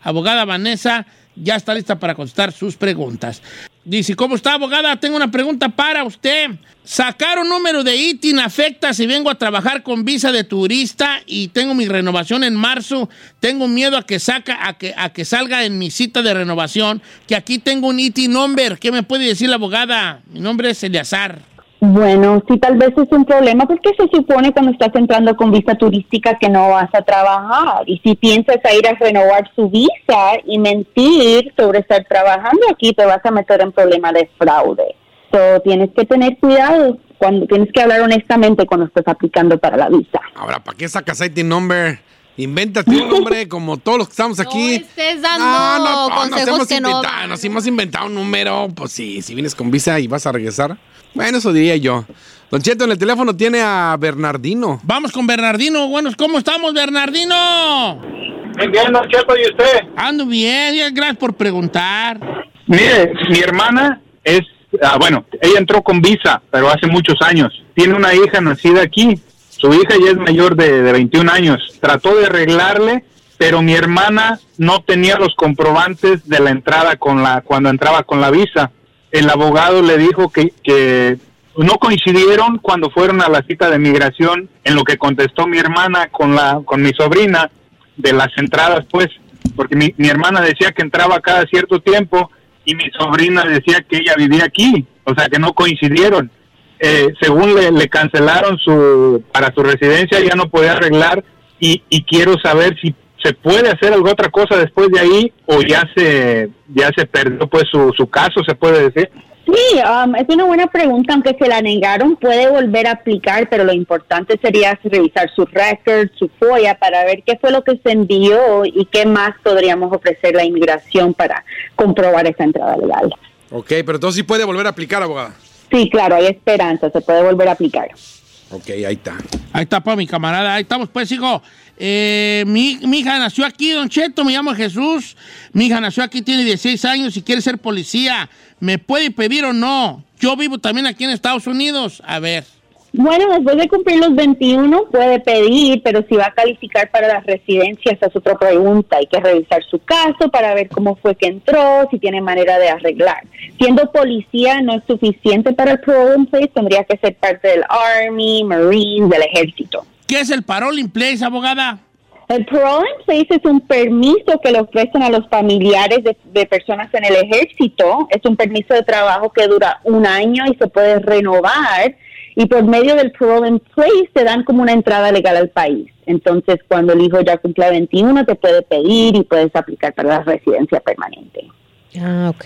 S3: Abogada Vanessa ya está lista para contestar sus preguntas. Dice, ¿cómo está, abogada? Tengo una pregunta para usted. Sacar un número de ITIN afecta si vengo a trabajar con visa de turista y tengo mi renovación en marzo. Tengo miedo a que, saca, a que, a que salga en mi cita de renovación, que aquí tengo un ITIN number. ¿Qué me puede decir la abogada? Mi nombre es Eleazar.
S9: Bueno, sí, tal vez es un problema porque se supone cuando estás entrando con visa turística que no vas a trabajar. Y si piensas a ir a renovar su visa y mentir sobre estar trabajando aquí, te vas a meter en problema de fraude. So, tienes que tener cuidado cuando tienes que hablar honestamente cuando estás aplicando para la visa.
S7: Ahora, ¿para qué sacas IT number? Invéntate un nombre como todos los que estamos aquí. Ah,
S6: No estés dando consejos
S7: hemos
S6: que no-
S7: inventado, nos hemos inventado un número. Pues sí, si vienes con visa y vas a regresar. Bueno, eso diría yo. Don Cheto, en el teléfono tiene a Bernardino.
S3: Vamos con Bernardino. Buenos, ¿cómo estamos, Bernardino?
S14: Bien, bien, Don Cheto, ¿y usted?
S3: Ando bien, ya, gracias por preguntar.
S14: Mire, mi hermana es, ah, bueno, ella entró con visa, pero hace muchos años. Tiene una hija nacida aquí. Su hija ya es mayor de, de 21 años. Trató de arreglarle pero mi hermana no tenía los comprobantes de la entrada con la cuando entraba con la visa. El abogado le dijo que, que no coincidieron cuando fueron a la cita de migración en lo que contestó mi hermana con la con mi sobrina de las entradas, pues, porque mi, mi hermana decía que entraba cada cierto tiempo y mi sobrina decía que ella vivía aquí, o sea que no coincidieron. Eh, según le, le cancelaron su para su residencia ya no podía arreglar y, y quiero saber si se puede hacer alguna otra cosa después de ahí o ya se ya se perdió pues su, su caso se puede decir
S9: Sí, um, es una buena pregunta. Aunque se la negaron, puede volver a aplicar, pero lo importante sería revisar su record, su FOIA, para ver qué fue lo que se envió y qué más podríamos ofrecer la inmigración para comprobar esa entrada legal.
S7: Ok, pero entonces sí puede volver a aplicar, abogada.
S9: Sí, claro, hay esperanza, se puede volver a aplicar.
S7: Ok, ahí está.
S3: Ahí está para mi camarada, ahí estamos pues, hijo. Eh, mi, mi hija nació aquí, Don Cheto, me llamo Jesús. Mi hija nació aquí, tiene 16 años y quiere ser policía. ¿Me puede pedir o no? Yo vivo también aquí en Estados Unidos. A ver.
S9: Bueno, después de cumplir los 21 puede pedir, pero si va a calificar para las residencias, esa es otra pregunta. Hay que revisar su caso para ver cómo fue que entró, si tiene manera de arreglar. Siendo policía no es suficiente para el Program Place, tendría que ser parte del Army, Marines, del Ejército.
S3: ¿Qué es el parole in place, abogada?
S9: El Parole in Place es un permiso que le ofrecen a los familiares de, de personas en el ejército. Es un permiso de trabajo que dura un año y se puede renovar y por medio del parole in place te dan como una entrada legal al país. Entonces, cuando el hijo ya cumpla 21, te puede pedir y puedes aplicar para la residencia permanente.
S3: Ah, ok.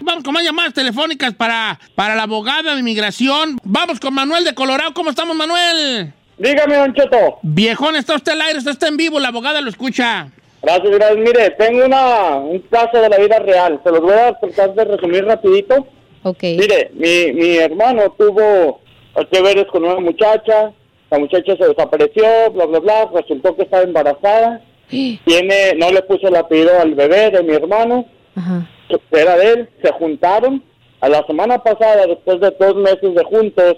S3: Vamos con más llamadas telefónicas para, para la abogada de inmigración. Vamos con Manuel de Colorado. ¿Cómo estamos, Manuel?
S15: Dígame, don Cheto.
S3: Viejón, está usted al aire, usted está en vivo, la abogada lo escucha.
S15: Gracias, gracias. Mire, tengo una, un caso de la vida real. Se los voy a tratar de resumir rapidito.
S6: Ok.
S15: Mire, mi, mi hermano tuvo veres con una muchacha, la muchacha se desapareció, bla, bla, bla, resultó que estaba embarazada, tiene, no le puso el apellido al bebé de mi hermano, que era de él, se juntaron, a la semana pasada, después de dos meses de juntos,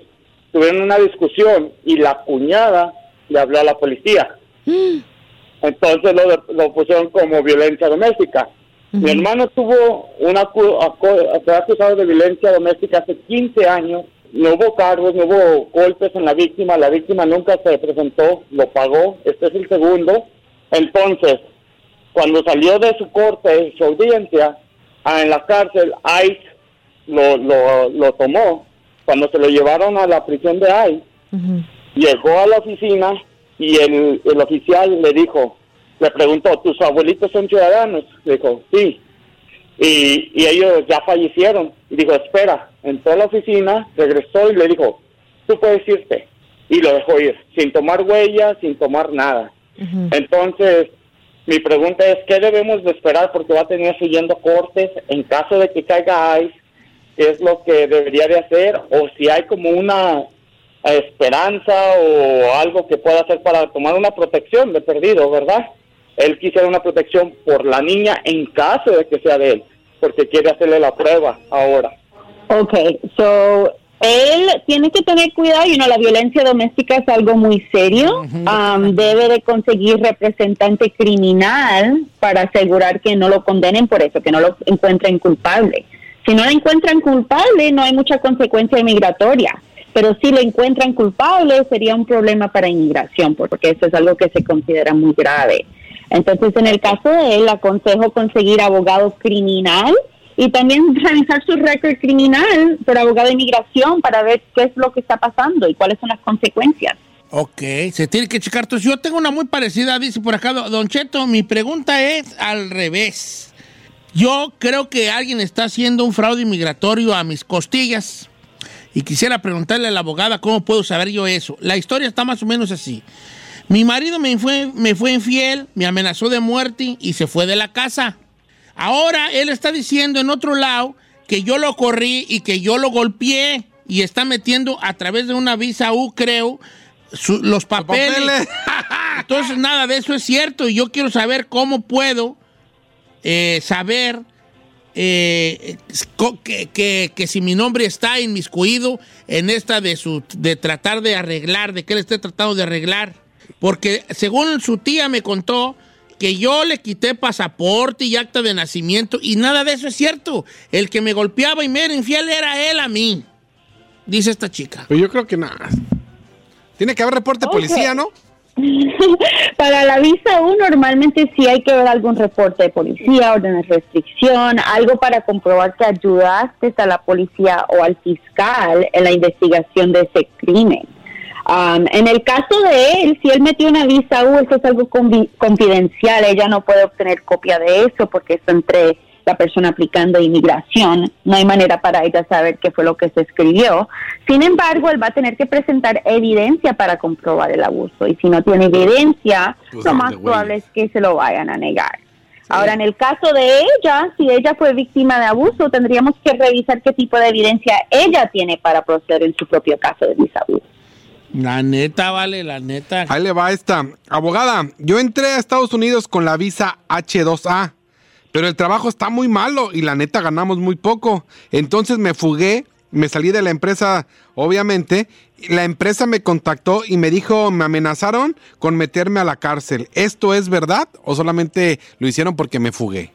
S15: tuvieron una discusión y la cuñada le habló a la policía. Entonces lo, de- lo pusieron como violencia doméstica. Mi hermano tuvo una acu- acu- fue acusado de violencia doméstica hace 15 años. No hubo cargos, no hubo golpes en la víctima. La víctima nunca se presentó, lo pagó. Este es el segundo. Entonces, cuando salió de su corte, su audiencia, ah, en la cárcel, ICE lo, lo, lo tomó. Cuando se lo llevaron a la prisión de ICE, llegó a la oficina y el, el oficial le dijo, le preguntó, ¿tus abuelitos son ciudadanos? Le dijo, sí. Y, y ellos ya fallecieron. Y dijo, espera. Entró a la oficina, regresó y le dijo, tú puedes irte. Y lo dejó ir, sin tomar huellas, sin tomar nada. Entonces, mi pregunta es, ¿qué debemos de esperar? Porque va a tener siguiendo cortes en caso de que caiga ICE, ¿qué es lo que debería de hacer? O si hay como una esperanza o algo que pueda hacer para tomar una protección de perdido, ¿verdad? Él quisiera una protección por la niña en caso de que sea de él, porque quiere hacerle la prueba ahora.
S9: Ok, so él tiene que tener cuidado, y no, la violencia doméstica es algo muy serio. Am, debe de conseguir representante criminal para asegurar que no lo condenen por eso, que no lo encuentren culpable. Si no lo encuentran culpable, no hay mucha consecuencia migratoria. Pero si lo encuentran culpable, sería un problema para inmigración, porque eso es algo que se considera muy grave. Entonces, en el caso de él, aconsejo conseguir abogado criminal y también revisar su récord criminal por abogado de inmigración para ver qué es lo que está pasando y cuáles son las consecuencias.
S3: Ok, se tiene que checar. Entonces, yo tengo una muy parecida, dice por acá, do- Don Cheto. Mi pregunta es al revés. Yo creo que alguien está haciendo un fraude migratorio a mis costillas. Y quisiera preguntarle a la abogada cómo puedo saber yo eso. La historia está más o menos así. Mi marido me fue, me fue infiel, me amenazó de muerte y se fue de la casa. Ahora él está diciendo en otro lado que yo lo corrí y que yo lo golpeé y está metiendo a través de una visa U, creo, su- los papeles. Entonces nada de eso es cierto y yo quiero saber cómo puedo eh, saber eh, co- que, que- que si mi nombre está inmiscuido en esta de su de tratar de arreglar, de que él esté tratando de arreglar. Porque según su tía me contó que yo le quité pasaporte y acta de nacimiento y nada de eso es cierto. El que me golpeaba y me era infiel era él a mí, dice esta chica.
S7: Pues yo creo que nada. Tiene que haber reporte de policía, ¿no?
S9: Para la visa U normalmente sí hay que ver algún reporte de policía, orden de restricción, algo para comprobar que ayudaste a la policía o al fiscal en la investigación de ese crimen. Um, en el caso de él, si él metió una visa U, eso es algo convi- confidencial, ella no puede obtener copia de eso porque es entre la persona aplicando a inmigración, no hay manera para ella saber qué fue lo que se escribió. Sin embargo, él va a tener que presentar evidencia para comprobar el abuso y si no tiene evidencia,
S16: Pues,
S9: lo
S16: ¿dónde,
S9: más
S16: güey?
S9: probable es que se lo vayan a negar. Ahora, en el caso de ella, si ella fue víctima de abuso, tendríamos que revisar qué tipo de evidencia ella tiene para proceder en su propio caso de visa U.
S3: La neta, vale, la neta.
S7: Ahí le va esta. Abogada, yo entré a Estados Unidos con la visa H2A, pero el trabajo está muy malo y la neta ganamos muy poco. Entonces me fugué, me salí de la empresa, obviamente. y La empresa me contactó y me dijo, me amenazaron con meterme a la cárcel. ¿Esto es verdad o solamente lo hicieron porque me fugué?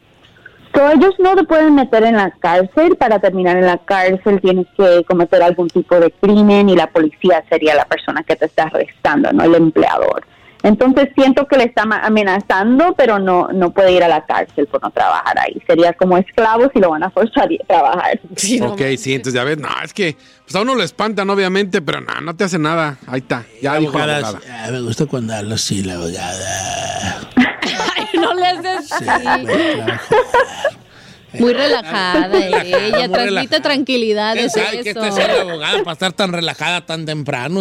S9: So, ellos no te pueden meter en la cárcel. Para terminar en la cárcel tienes que cometer algún tipo de crimen y la policía sería la persona que te está arrestando, no el empleador. Entonces siento que le está ma- amenazando, pero no no puede ir a la cárcel por no trabajar ahí. Sería como esclavo si lo van a forzar a trabajar.
S7: ok, sí, entonces ya ves, no, es que pues a uno lo espantan, obviamente, pero no, no te hace nada. Ahí está, ya dijo la
S3: Abogadas,
S7: abogada.
S3: ah, me gusta cuando hablo así, la abogada.
S6: no le haces Muy relajada ella,
S3: Muy
S6: transmite
S3: relajada.
S6: tranquilidad.
S3: ¿Quién
S6: es
S3: sabe que
S6: eso.
S3: esta sea la abogada para estar tan relajada tan temprano?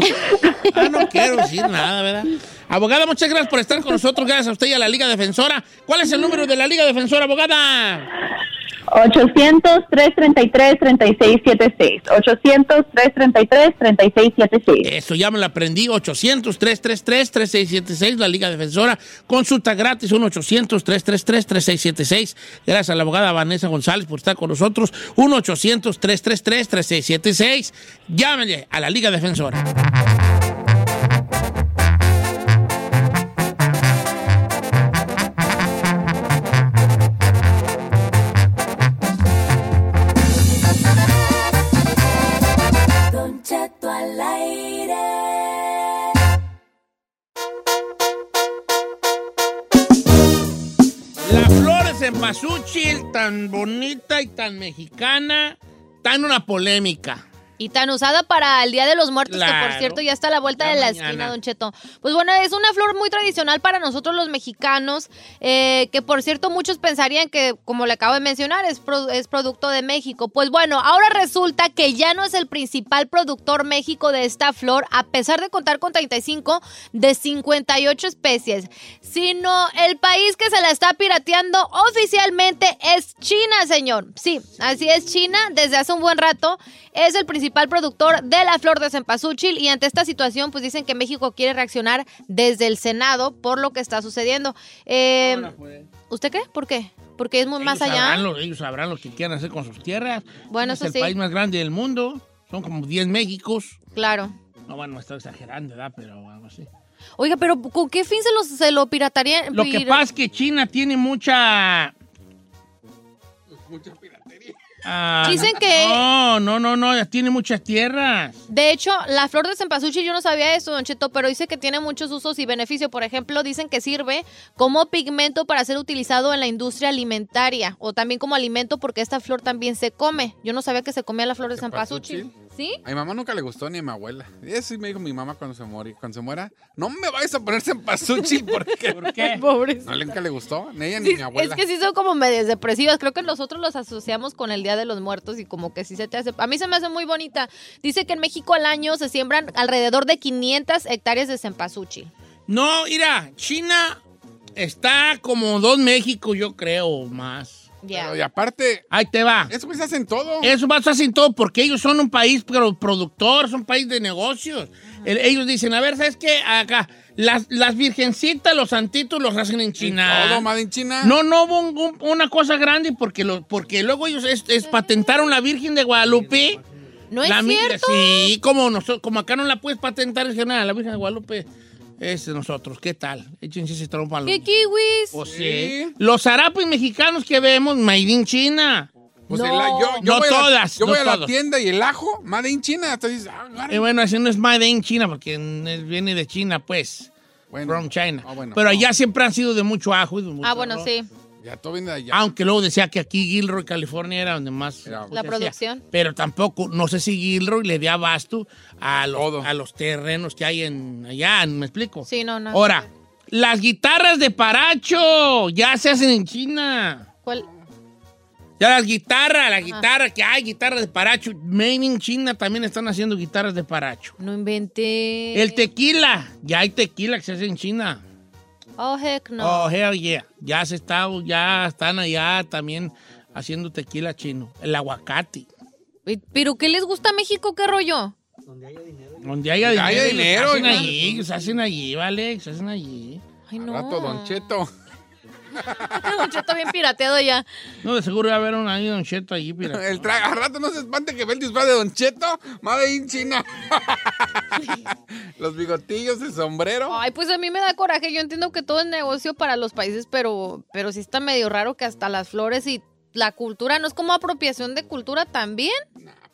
S3: Ah, no quiero decir nada, ¿verdad? Abogada, muchas gracias por estar con nosotros. Gracias a usted y a la Liga Defensora. ¿Cuál es el número de la Liga Defensora, abogada?
S9: 800-333-3676. 800-333-3676.
S3: Eso ya me lo aprendí. 800-333-3676, la Liga Defensora. Consulta gratis, 1-800-333-3676. Gracias a la abogada Vanessa González por estar con nosotros. 1-800-333-3676. Llámenle a la Liga Defensora.
S4: Don Cheto al aire.
S3: La flor de cempasúchil, tan bonita y tan mexicana, está en una polémica.
S6: Y tan usada para el Día de los Muertos, que
S3: Claro.
S6: por cierto ya está a la vuelta
S3: Ya
S6: de la
S3: mañana.
S6: esquina, Don Cheto. Pues bueno, es una flor muy tradicional para nosotros los mexicanos, eh, que por cierto muchos pensarían que, como le acabo de mencionar, es, pro- es producto de México. Pues bueno, ahora resulta que ya no es el principal productor México de esta flor, a pesar de contar con 35 de 58 especies, sino el país que se la está pirateando oficialmente es China, señor. Sí, así es China, desde hace un buen rato es el principal productor de la flor de cempasúchil y ante esta situación pues dicen que México quiere reaccionar desde el Senado por lo que está sucediendo. Eh, ¿Usted cree? ¿Por qué? Porque es muy más
S3: Ellos
S6: allá.
S3: sabrán lo- ellos sabrán lo que quieran hacer con sus tierras.
S6: Bueno,
S3: es
S6: eso
S3: el
S6: sí.
S3: país más grande del mundo. Son como 10 Méxicos.
S6: Claro.
S3: No, bueno, me estoy exagerando, ¿verdad? Pero algo así.
S6: Oiga, pero ¿con qué fin se lo, se lo piratarían?
S3: Lo que
S6: pir-
S3: pasa es que China tiene mucha. Ah,
S6: Dicen que-
S3: No, no, no, no, tiene muchas tierras.
S6: De hecho, la flor de cempasúchil yo no sabía eso, Don Cheto, pero dice que tiene muchos usos y beneficios. Por ejemplo, dicen que sirve como pigmento para ser utilizado en la industria alimentaria o también como alimento porque esta flor también se come. Yo no sabía que se comía la flor de cempasúchil. ¿Sí?
S7: A mi mamá nunca le gustó ni a mi abuela. Eso sí me dijo mi mamá cuando se muere, cuando se muera. No me vayas a poner cempasúchil porque ¿Por
S3: qué?
S7: No le nunca le gustó, ni ella ni
S6: Sí,
S7: mi
S6: es
S7: abuela.
S6: que sí son como medias depresivas. Creo que nosotros los asociamos con el Día de los Muertos y como que sí se te hace... A mí se me hace muy bonita. Dice que en México al año se siembran alrededor de 500 hectáreas de cempasúchil.
S3: No, mira, China está como dos México, yo creo, más.
S6: Ya.
S7: Y aparte,
S3: Ahí te va.
S7: eso pues hacen todo.
S3: Eso más hacen todo porque ellos son un país pro- productor, son un país de negocios. El- ellos dicen, a ver, ¿sabes qué? Acá, las, las virgencitas, los santitos los hacen en China.
S7: Todo más en China.
S3: Ah. No, no hubo un- un- una cosa grande porque, lo, porque luego ellos es, es- patentaron la Virgen de Guadalupe.
S6: No es
S3: La mi-
S6: cierto.
S3: Sí, como, nosotros, como acá no la puedes patentar, es que nada, la Virgen de Guadalupe. Es de nosotros. ¿Qué tal? Échense ese trompo al-
S6: ¿Qué kiwis?
S7: Pues
S3: O sea, Pues Los harapos mexicanos que vemos, made in China.
S7: Pues el a- yo, yo
S3: no
S7: voy A la,
S3: todas.
S7: yo
S3: no
S7: voy a la
S3: todas.
S7: tienda y el ajo, Made in China. Hasta dices, ah, claro.
S3: Eh, bueno, ese no es made in China porque mm, es- viene de China, pues. From China.
S7: Ah,
S3: Pero allá siempre han sido de mucho ajo y de mucho
S6: Ah, bueno,
S3: arroz.
S6: sí.
S7: Ya todo viene de allá.
S3: Aunque luego decía que aquí Gilroy, California era donde más se
S6: La
S3: hacía.
S6: producción.
S3: Pero tampoco, no sé si Gilroy le dé abasto a los, a los terrenos que hay en allá, ¿me explico?
S6: Sí, no, no.
S3: Ahora, las guitarras de Paracho ya se hacen en China.
S6: ¿Cuál?
S3: Ya las guitarras, la guitarra que hay, guitarras de Paracho, made in China también están haciendo guitarras de Paracho.
S6: No inventé.
S3: El tequila, ya hay tequila que se hace en China.
S6: Oh, heck no.
S3: Oh, hell yeah. Ya se está, ya están allá también haciendo tequila chino. El aguacate.
S6: ¿Y- ¿Pero qué les gusta a México? ¿Qué rollo?
S3: Donde haya
S7: Donde
S3: dinero.
S7: haya dinero,
S3: Se hacen
S7: hija.
S3: allí, se hacen allí, vale, se hacen allí.
S6: Ay, no.
S7: Rato, Don Cheto.
S6: Don Cheto bien pirateado ya.
S3: No, de seguro va a haber un año Don Cheto allí, mira.
S7: El tra- al rato no se espante que ve el disfraz de Don Cheto, Made in China. Los bigotillos, el sombrero.
S6: Ay, pues a mí me da coraje. Yo entiendo que todo es negocio para los países, pero, pero sí está medio raro que hasta las flores y la cultura no es como apropiación de cultura también.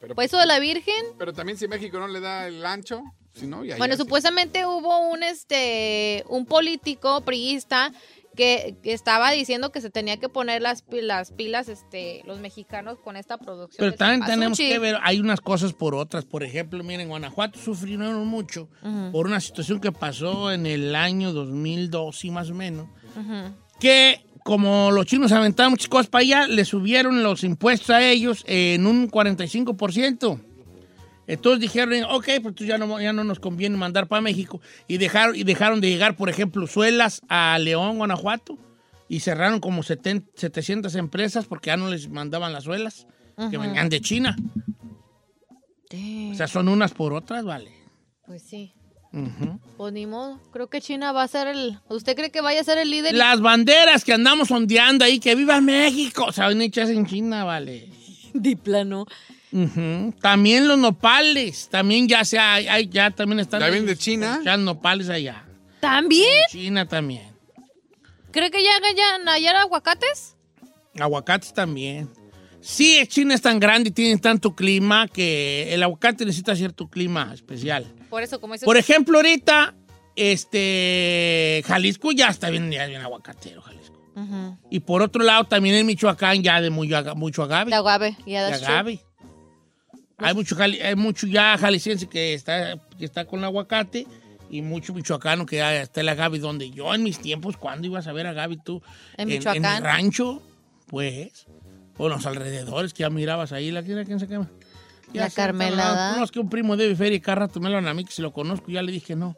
S7: pero-
S6: pues eso de la Virgen.
S7: Pero también si México no le da el ancho, si no, ya.
S6: Bueno, supuestamente hubo un este un político priista que que estaba diciendo que se tenía que poner las, pi- las pilas este los mexicanos con esta producción.
S3: Pero
S6: de
S3: también tenemos
S6: cempasúchil.
S3: que ver, hay unas cosas por otras. Por ejemplo, miren, Guanajuato sufrieron mucho
S6: Ujú.
S3: por una situación que pasó en el año 2012 y más o menos.
S6: Ujú.
S3: que como los chinos aventaron muchas cosas para allá, le subieron los impuestos a ellos en un 45%. Entonces dijeron, ok, pues tú ya no, ya no nos conviene mandar para México. Y dejaron, y dejaron de llegar, por ejemplo, suelas a León, Guanajuato. Y cerraron como 70 700 empresas porque ya no les mandaban las suelas que
S6: Ujú.
S3: venían de China. O sea, son unas por otras, vale.
S6: Pues sí.
S3: Ujú.
S6: Pues ni modo. Creo que China va a ser el. ¿Usted cree que vaya a ser el líder?
S3: Las banderas que andamos ondeando ahí, que viva México, se han hechas en China, vale.
S6: De plano.
S3: Ujú. También los nopales, también ya se hay, hay- ya también están.
S7: ¿Ya vienen de
S3: esos-
S7: China?
S3: Ya nopales allá.
S6: ¿También?
S3: China también.
S6: ¿Cree que ya hagan hallar aguacates?
S3: Aguacates también. Sí, China es tan grande y tiene tanto clima que el aguacate necesita cierto clima especial.
S6: Por eso, como dice.
S3: Por ejemplo, ahorita, este, Jalisco ya está bien, ya bien aguacatero, Jalisco.
S6: Ujú.
S3: Y por otro lado, también en Michoacán ya de muy aga- mucho agave.
S6: De agave. Ya
S3: de
S6: that's true.
S3: agave. Hay mucho, jali- hay mucho ya jalisciense que está, que está con el aguacate y mucho michoacano que ya está el agave. Donde yo en mis tiempos, ¿cuándo ibas a ver agave tú?
S6: En
S3: En,
S6: Michoacán.
S3: el rancho, pues, o en los alrededores que ya mirabas ahí. ¿La quién, quién se quema?
S6: La Carmela, ¿da?
S3: No, es que un primo de Feria y Carra, me lo a mí, que si lo conozco, ya le dije no.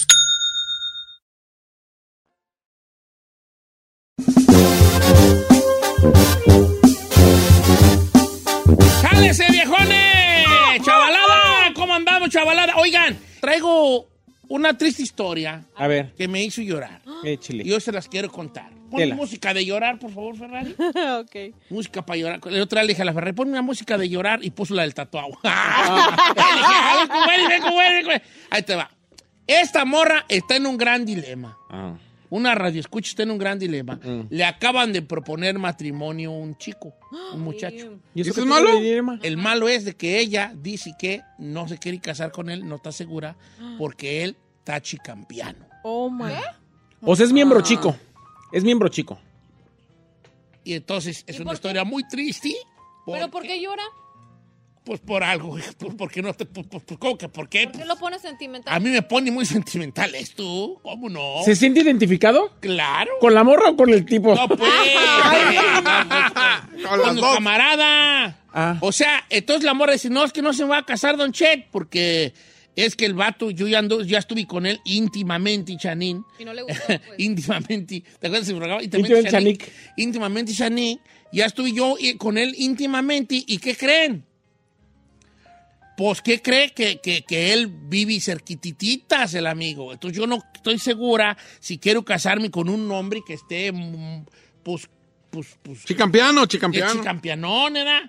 S3: ¡Cálese, viejones! ¡Chavalada! ¿Cómo andamos, chavalada? Oigan, traigo una triste historia
S5: A ver,
S3: que me hizo llorar.
S5: échale.
S3: Y yo se las quiero contar. Pon
S5: Tela.
S3: música de llorar, por favor, Ferrari.
S8: ok.
S3: Música para llorar. La otra le dije a la Ferrari, pon una música de llorar y puso la del tatuado. A ver cómo es, a ver cómo es, a ver cómo es. Ahí te va. Esta morra está en un gran dilema.
S5: Ah.
S3: Una radio escucha está en un gran dilema.
S4: Mm.
S3: Le acaban de proponer matrimonio a un chico, un muchacho.
S5: ¿Y eso qué tiene de
S3: El malo es de que ella dice que no se quiere casar con él, no está segura, porque él está chicampiano.
S8: Oh,
S6: ¿Eh?
S8: my.
S5: O sea, es miembro chico. Es miembro chico.
S3: Y entonces es una historia muy triste.
S6: ¿Pero por qué llora?
S3: Pues por algo, hijo, por- porque no te. por- por- por- ¿Cómo que por qué?
S6: ¿Por qué lo pones sentimental?
S3: A mí me pone muy sentimental esto. ¿Cómo no?
S5: ¿Se siente identificado?
S3: Claro.
S5: ¿Con la morra o con el tipo?
S3: No, pues. Ah.
S5: Con las
S3: Con tu
S5: dos.
S3: camarada.
S5: Ah.
S3: O sea, entonces la morra dice: No, es que no se me va a casar, Don Chet, porque es que el vato, yo ya, ando, ya estuve con él íntimamente, Chanín.
S6: Y no le pues. gusta.
S3: íntimamente. ¿Te acuerdas de ese programa?
S5: Íntimamente,
S3: Chanik. Íntimamente, Chanik. Ya estuve yo y- con él íntimamente. ¿Y qué creen? Pues, ¿qué cree? Que, que- que él vive cerquitititas, el amigo. Entonces, yo no estoy segura si quiero casarme con un hombre que esté, mm, pues, pues, pues...
S7: Chicampiano, chicampiano.
S3: Eh, Chicampianón, ¿verdad?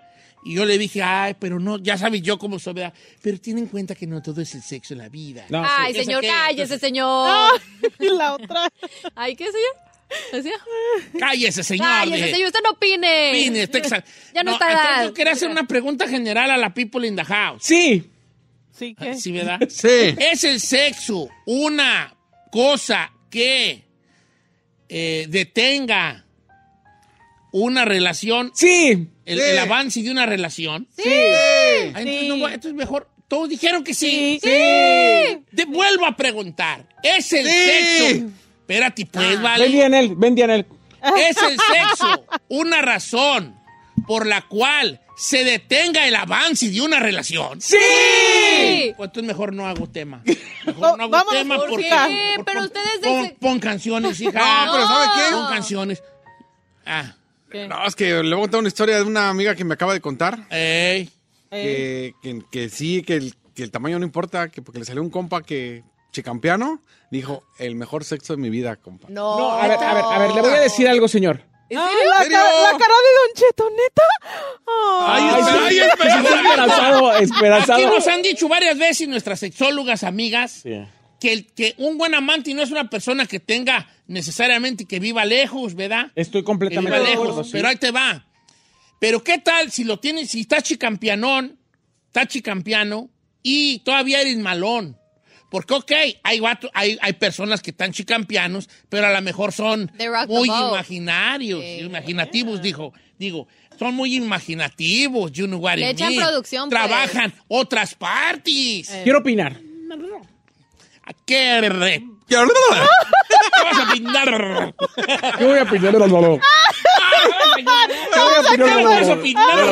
S3: Y yo le dije, ay, pero no, ya sabes yo cómo soy, ¿verdad? Pero ten en cuenta que no todo es el sexo en la vida.
S6: Ay,
S3: Entonces,
S6: señor,
S3: ¿qué?
S6: cállese, señor.
S8: Y la otra.
S6: Ay, ¿qué, señor? ¿Así?
S3: Cállese, señor.
S6: Cállese,
S3: de-
S6: señor, usted no opine.
S3: Pines, Texas.
S6: Ya no está
S3: entonces
S6: edad.
S3: Yo quería hacer una pregunta general a la people in the house.
S5: Sí.
S8: Sí, ¿qué?
S3: ¿Sí, verdad?
S7: Sí.
S3: ¿Es el sexo una cosa que eh, detenga una relación?
S5: Sí.
S3: El,
S7: Sí.
S3: el avance de una relación.
S5: Sí.
S3: Ah, entonces, no voy- entonces mejor. Todos dijeron que sí.
S5: Sí.
S3: Te vuelvo a preguntar. ¿Es el
S7: Sí.
S3: sexo? Espérate, pues, vale.
S5: Ven, Dianel, ven, Dianel.
S3: ¿Es el sexo una razón por la cual se detenga el avance de una relación?
S5: ¡Sí!
S6: Sí.
S3: Pues entonces mejor no hago tema.
S8: No,
S3: Mejor no hago
S8: vámonos,
S3: tema
S8: ¿por
S3: porque...
S8: qué?
S6: Eh,
S3: por-
S6: pero
S3: pon-
S6: ustedes
S3: pon,
S6: dicen-
S3: pon canciones, hija. Ah,
S7: No, pero ¿sabe qué?
S3: Pon canciones. Ah,
S7: No, es que le voy a contar una historia de una amiga que me acaba de contar.
S3: ey.
S8: Eh,
S7: Que, que- que sí, que el, que el tamaño no importa, que porque le salió un compa que chicampiano, dijo, el mejor sexo de mi vida, compa.
S2: No.
S5: No, a ver, a ver, a ver, le voy a decir algo, señor.
S8: ah, la,
S7: serio?
S8: cara, la cara de Don Cheto, ¿neta? Ay,
S7: Ay, espera,
S5: sí,
S7: ay,
S5: sí,
S7: espera.
S5: está esperanzado,
S3: Aquí
S5: esperanzado.
S3: nos han dicho varias veces nuestras sexólogas amigas
S5: Sí.
S3: que, el- que un buen amante no es una persona que tenga necesariamente que viva lejos, ¿verdad?
S5: Estoy
S3: Que viva
S5: completamente de
S3: lejos,
S5: acuerdo. sí.
S3: pero ahí te va. Pero qué tal si lo tienes, si estás chicampianón, estás chicampiano y todavía eres malón. Porque, ok, hay, vato- hay, hay personas que están chicampianos, pero a lo mejor son
S6: They rock the
S3: muy
S6: boat.
S3: imaginarios, imaginativos, dijo. Digo, son muy imaginativos, you know what I
S6: Le echan
S3: mean.
S6: producción, pues. Eh.
S3: Trabajan otras partes.
S5: Quiero opinar.
S3: ¿A ¿Qué, re- qué vas a pintar?
S5: Yo voy a opinar. no, no, no. Yo voy a opinar.
S3: ¿Qué
S5: no,
S3: vas a
S5: no, no.
S3: pintar?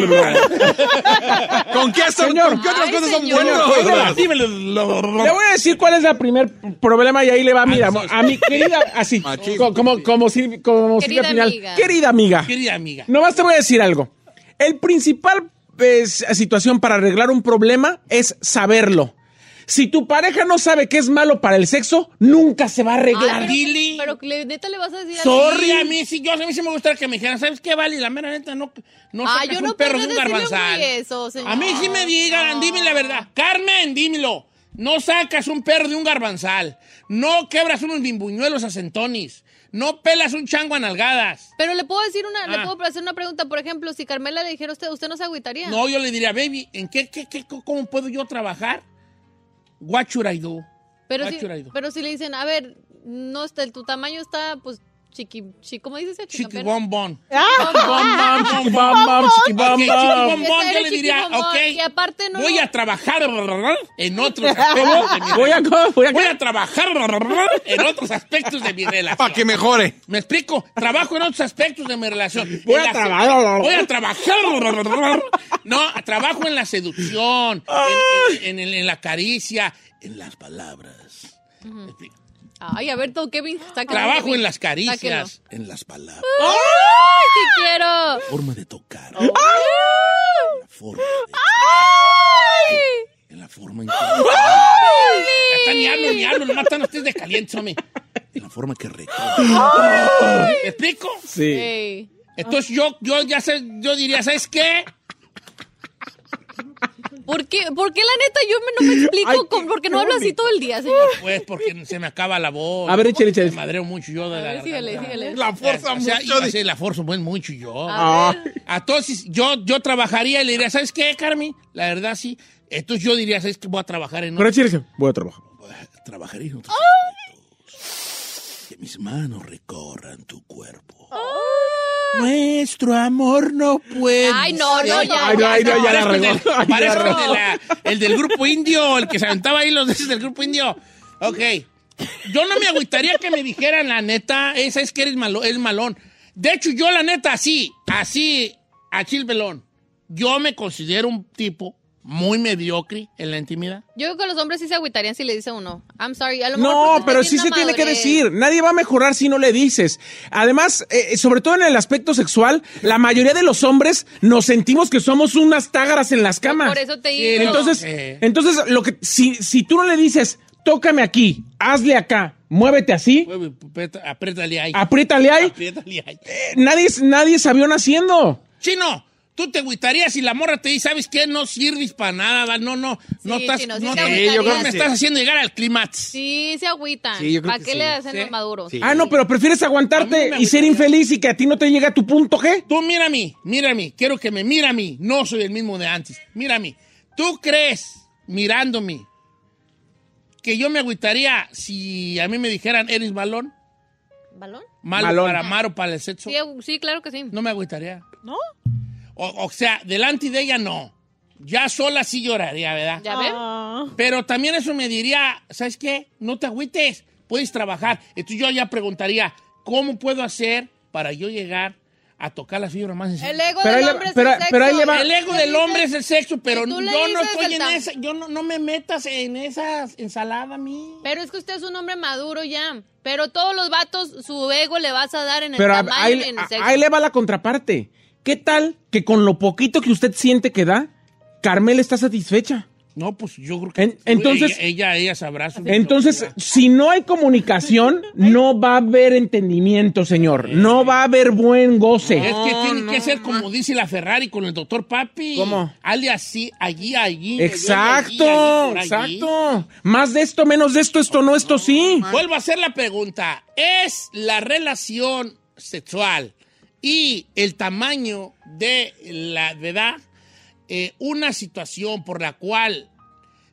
S7: ¿Con qué, son,
S5: Señor.
S7: ¿con qué otras
S6: Ay,
S7: cosas son
S6: señor.
S7: buenas?
S3: Dímelo.
S5: Le voy a decir cuál es el primer problema y ahí le va, mira,
S3: Ah,
S5: a mi querida, así,
S7: Machín.
S5: co- como, como, si, como
S6: Querida
S5: Silvia Pinal.
S6: amiga.
S5: Querida amiga.
S3: Querida amiga.
S5: Nomás te voy a decir algo. El principal eh, situación para arreglar un problema es saberlo. Si tu pareja no sabe que es malo para el sexo, nunca se va a arreglar.
S6: Ay,
S3: Dili.
S6: pero, pero le- neta le vas a decir así.
S3: Sorry, a mí sí, yo, a mí sí me gustaría que me dijeran, ¿sabes qué, Vale? La mera neta, no, no
S6: Ah,
S3: sacas
S6: yo
S3: un
S6: no
S3: perro
S6: podría
S3: de un
S6: decirle a un
S3: garbanzal.
S6: güey eso, señor.
S3: a mí sí me digan, dime la verdad. Carmen, dímelo. No sacas un perro de un garbanzal. No quebras unos bimbuñuelos a centones. No pelas un chango a nalgadas.
S6: Pero le puedo decir una,
S3: Ah.
S6: le puedo hacer una pregunta. Por ejemplo, si Carmela le dijera a usted, ¿usted no se agüitaría?
S3: No, yo le diría, baby, ¿en qué, qué, qué- cómo puedo yo trabajar? What should I do?
S6: Pero,
S3: Ah,
S6: si,
S3: churaido.
S6: pero si le dicen, a ver, no está, tu tamaño está, pues, chiqui, chi- ¿cómo dices?
S3: Chiquibombón.
S6: Ah.
S3: Chiquibombón,
S6: Ok,
S3: chiquibombón.
S6: chiquibombón,
S3: Yo le diría,
S6: chiquibombón.
S3: ok,
S6: Y aparte no...
S3: voy a trabajar en otros aspectos de mi
S5: Voy a, voy a,
S3: Voy a trabajar en otros aspectos de mi relación.
S7: Para que mejore.
S3: Me explico, trabajo en otros aspectos de mi relación.
S7: Voy
S3: En
S7: a
S3: la se-
S7: trabajar.
S3: Voy a trabajar. No, trabajo en la seducción, en, en- en- en la caricia, en las palabras.
S6: Ujú. Ay, a ver, todo Kevin, sácalo,
S3: Este. Trabajo
S6: Kevin.
S3: en las
S6: Sáquelo.
S3: caricias, en las palabras.
S6: ¡Ay, sí quiero!
S3: Forma de tocar.
S6: ¡Ay!
S3: Forma,
S6: ¡Ay!
S3: en la forma en que. Ya está, ni hablo, ni hablo, nomás están ustedes de caliente, hombre. En la forma que recorre. ¿Me explico?
S6: Ey.
S3: Entonces yo, yo ya sé, yo diría, ¿sabes qué?
S6: ¿Por qué, por qué la neta yo me- no me explico? con- porque no hablo así todo el día, señor.
S3: Pues porque se me acaba la voz.
S5: A ver, échale, échale.
S3: Me madreo mucho yo de la
S6: ver, síguele,
S3: garganta.
S6: síguele.
S7: La fuerza
S3: O sea,
S7: mucho
S3: iba a
S7: de-
S3: ser la fuerza muy mucho yo.
S6: A
S3: Ah. Entonces yo, yo trabajaría y le diría, ¿sabes qué, Carmen? La verdad sí. Entonces yo diría, ¿sabes qué? Voy a trabajar en
S5: Pero échale, voy a trabajar.
S3: trabajaré en otros aspectos. Que mis manos recorran tu cuerpo. Nuestro amor no puede.
S6: Ay, no, no,
S3: ser.
S6: ya, Ay, no, ya, ay, no, ya la
S3: Parezco el del-
S5: regó. Ay, ya
S3: parezco
S5: la
S3: el de la- el del grupo indio, el que se aventaba ahí los deces del grupo indio. Ok. Yo no me agüitaría que me dijeran, la neta, esa es que eres malo, es malón. De hecho, yo, la neta, así, así, a chilbelón, yo me considero un tipo muy mediocre en la intimidad.
S6: Yo creo que los hombres sí se agüitarían si le dice uno. I'm sorry. A lo mejor porque
S5: No,
S6: está
S5: pero
S6: bien
S5: sí se
S6: la
S5: tiene que
S6: madurez.
S5: decir. Nadie va a mejorar si no le dices. Además, eh, sobre todo en el aspecto sexual, la mayoría de los hombres nos sentimos que somos unas tágaras en las camas.
S6: Por eso te digo.
S5: Entonces,
S3: Eh.
S5: entonces lo que si, si tú no le dices, tócame aquí, hazle acá, muévete así,
S3: Mueve, aprieta- Apriétale ahí.
S5: apriétale ahí,
S3: Apriétale ahí.
S5: eh, nadie, nadie sabió naciendo.
S3: Chino, tú te agüitarías si la morra te dice, ¿sabes qué? No sirves para nada, va, no, no, no
S6: Sí,
S3: estás,
S6: chino, sí
S3: no,
S6: te
S3: no
S6: agüitarías.
S7: yo creo que
S3: me
S7: sí.
S3: estás haciendo llegar al clímax.
S6: Sí, se agüitan.
S7: Sí, yo creo
S6: ¿Para
S7: que
S6: qué
S7: sí.
S6: le hacen
S3: Sí.
S6: los maduros?
S7: Sí.
S5: Ah, no, pero prefieres
S3: A mí
S5: aguantarte
S3: me
S5: y ser
S3: agüitaría.
S5: infeliz y que a ti no te llega tu punto G.
S3: Tú mira a mí, mira a mí, quiero que me mira a mí, no soy el mismo de antes, mira a mí. ¿Tú crees, mirándome, que yo me agüitaría si a mí me dijeran, eres balón?
S6: ¿Balón?
S3: Malo
S5: Malón.
S3: para amar o para el sexo.
S6: Sí, agu- sí, claro que sí.
S3: No me agüitaría.
S8: ¿No?
S3: O, o sea, delante de ella no. Ya sola sí lloraría, ¿verdad?
S6: ¿Ya ven?
S8: Ah.
S3: Pero también eso me diría, ¿sabes qué? No te agüites, puedes trabajar. Entonces yo ya preguntaría, ¿cómo puedo hacer para yo llegar a tocar las fibras más
S6: El
S3: sensibles?
S6: ego
S5: Pero ahí
S6: del
S5: le-
S6: hombre es
S5: pero-
S6: el sexo.
S5: pero ahí le va-
S3: El ego del hombre es el sexo, pero
S6: tú
S3: yo
S6: le
S3: no
S6: dices
S3: estoy
S6: el
S3: en
S6: tam-
S3: esa, yo no, no me metas en esa ensalada a mí.
S6: Pero es que usted es un hombre maduro ya. Pero todos los vatos, su ego le vas a dar en el
S5: Pero a-
S6: tamaño
S5: ahí,
S6: y en el
S5: a-
S6: sexo.
S5: ahí le va la contraparte. ¿Qué tal que con lo poquito que usted siente que da, Carmela está satisfecha?
S3: No, pues yo creo que
S5: En- entonces-
S3: ella, ella, ella sabrá su
S5: Entonces, si no hay comunicación, no va a haber entendimiento, señor. No va a haber buen goce.
S3: Es que tiene que ser como dice la Ferrari con el doctor Papi.
S5: ¿Cómo?
S3: Hazle así, allí, allí. allí, allí,
S5: Exacto,
S3: por allí.
S5: exacto. Más de esto, menos de esto, esto no, esto sí.
S3: Vuelvo a hacer la pregunta. ¿Es la relación sexual y el tamaño de la de edad eh, una situación por la cual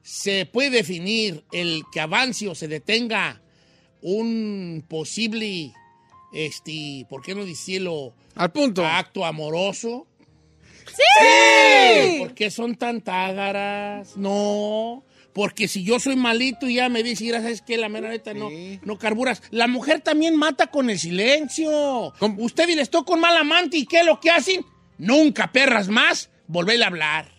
S3: se puede definir el que avance o se detenga un posible, este, ¿por qué no decirlo?
S7: Al punto.
S3: Acto amoroso. ¿Por qué son tan tágaras? No. Porque si yo soy malito y ya me dice, "Mira, ¿sabes qué? La mera neta no, no carburas. La mujer también mata con el silencio. Usted y les toca un mal amante y ¿qué es lo que hacen? Nunca, perras más, volverle a hablar.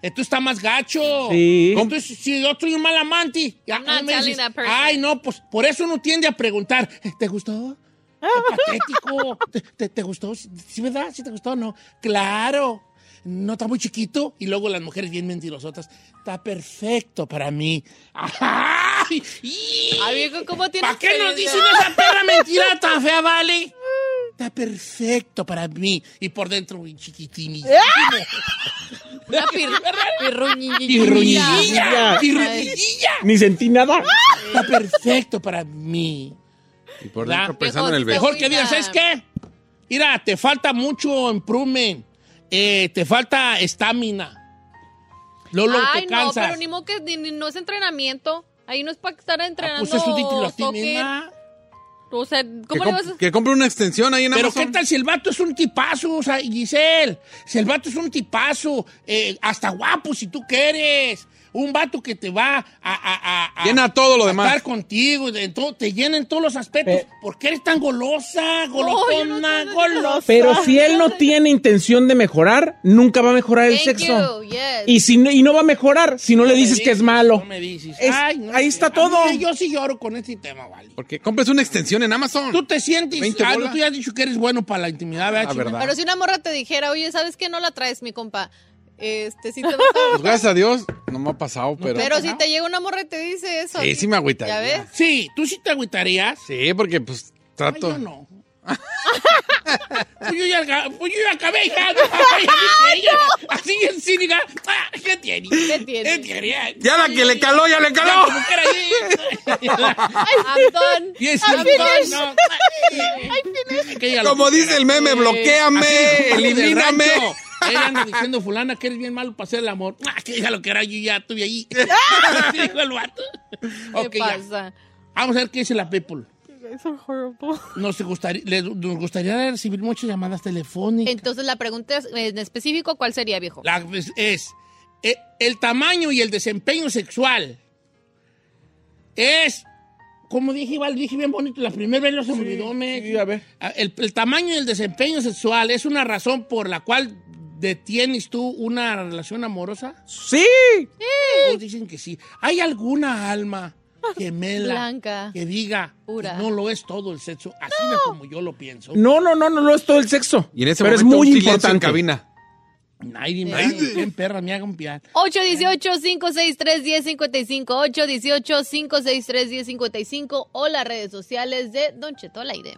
S3: Esto está más gacho.
S5: Sí.
S3: Entonces, si yo soy un mal amante, ya
S6: I'm not
S3: me
S6: telling
S3: dices,
S6: that person.
S3: ay, no, pues por eso uno tiende a preguntar, ¿te gustó? Qué patético. ¿Te, te, te gustó? ¿Sí, verdad? ¿Sí te gustó o no? Claro. No está muy chiquito. Y luego las mujeres bien mentirosotas. Está perfecto para mí. ¡Ay! ¡Y!
S6: Ay, Ah, viejo, ¿cómo tienes
S3: ¿Para qué nos
S6: experiencia?
S3: dicen esa perra mentira tan fea, vale? Está perfecto para mí. Y por dentro, uy, chiquitín.
S6: Una pir pirruñiñiñilla.
S3: ¡Pirruñillilla!
S5: Pirruñilla.
S3: ¡Pirruñillilla!
S5: Ni sentí nada.
S3: Está perfecto para mí.
S7: Y por
S3: ¿Verdad?
S7: dentro pensando en el bebé.
S3: Mejor que digas, ¿sabes qué? Mira, te falta mucho improvement. Eh, te falta estamina. Lolo,
S6: Ay,
S3: te
S6: no,
S3: cansas.
S6: pero ni modo que ni- ni- no es entrenamiento. Ahí no es para estar entrenando.
S3: pues eso di- lo tiene,
S6: soccer.
S3: ma.
S6: O sea, ¿cómo
S7: que,
S6: le
S7: comp-
S6: vas a.?
S7: que compre una extensión ahí en
S3: Pero
S7: Amazon.
S3: qué tal si el vato es un tipazo, o sea, Giselle, si el vato es un tipazo, eh, hasta guapo si tú quieres, un vato que te va a, a- a- a-
S7: Llena todo lo
S3: a
S7: demás.
S3: estar contigo, de todo, te llena en todos los aspectos.
S5: Eh.
S3: ¿Por qué eres tan golosa, golotona, golosa?
S5: Pero si él no tiene intención de mejorar, nunca va a mejorar el
S3: Thank
S5: sexo.
S3: you, yes.
S5: Y, si no, y no va a mejorar si no le dices que es malo.
S3: No me dices.
S5: Es-
S3: Ay, no
S5: ahí
S3: sé.
S5: está
S3: A
S5: todo.
S3: mí, yo sí lloro con este tema, vale.
S7: Porque compres una extensión en Amazon.
S3: Tú te sientes,
S7: 20
S3: ah, no,
S7: bolas.
S3: tú ya has dicho que eres bueno para la intimidad, ¿verdad?
S7: Ah,
S3: Chino?
S7: verdad.
S6: Pero si una morra te dijera, oye, ¿sabes qué? No la traes, mi compa. Este, sí te vas a...
S7: Pues gracias a Dios, no me ha pasado, pero.
S6: Pero, si te llega una morra y te dice eso.
S7: Sí, sí me agüitaría.
S6: ¿Ya ves?
S3: Sí, tú sí te agüitarías.
S7: Sí, porque pues trato.
S3: Yo no. pues, yo ya, aga- pues yo ya acabé, hija. Ay, a mí que ella, Así en sí, diga, ah, ¿qué tiene? ¿Qué
S6: tiene?
S7: Ya la que le caló, ya le caló.
S3: como que era ahí.
S6: I'm done.
S3: Yes,
S6: I'm
S3: I'm
S6: finished.
S3: done, no. Que ella lo
S7: Como
S3: que
S7: dice el
S3: quiera.
S7: meme,
S3: Sí.
S7: bloquéame,
S3: Así como los del
S7: elimíname.
S3: rancho. Ella anda diciendo, fulana, que eres bien malo para hacer el amor. Ah, Que diga lo que era, yo ya estuve ahí. Así dijo el vato.
S6: ¿Qué
S3: Ok, ya.
S6: pasa?
S3: Vamos a ver qué dice la people.
S8: Guys are horrible.
S3: Nos gustaría, les- nos gustaría recibir muchas llamadas telefónicas.
S6: Entonces la pregunta es, en específico, ¿cuál sería, viejo?
S3: La- es, es, eh, el tamaño y el desempeño sexual es, como dije, igual dije bien bonito, la primera vez lo se me olvidó, me- Ah, El, el tamaño y el desempeño sexual es una razón por la cual detienes tú una relación amorosa.
S5: Sí.
S3: Todos dicen que sí. ¿Hay alguna alma gemela
S6: Ah, Blanca.
S3: que diga que
S6: Pura.
S3: no lo es todo el sexo? Así de como yo lo pienso.
S5: No, no, no, no, no es todo el sexo.
S7: Y en ese
S5: pero es
S7: momento
S5: muy
S7: un silencio en
S5: importante.
S7: cabina.
S3: Nadie me
S7: Ay,
S3: haga
S7: de-
S3: bien perra, me haga un piar.
S6: 818-563-1055, 818-563-1055 o las redes sociales de Don Cheto al aire.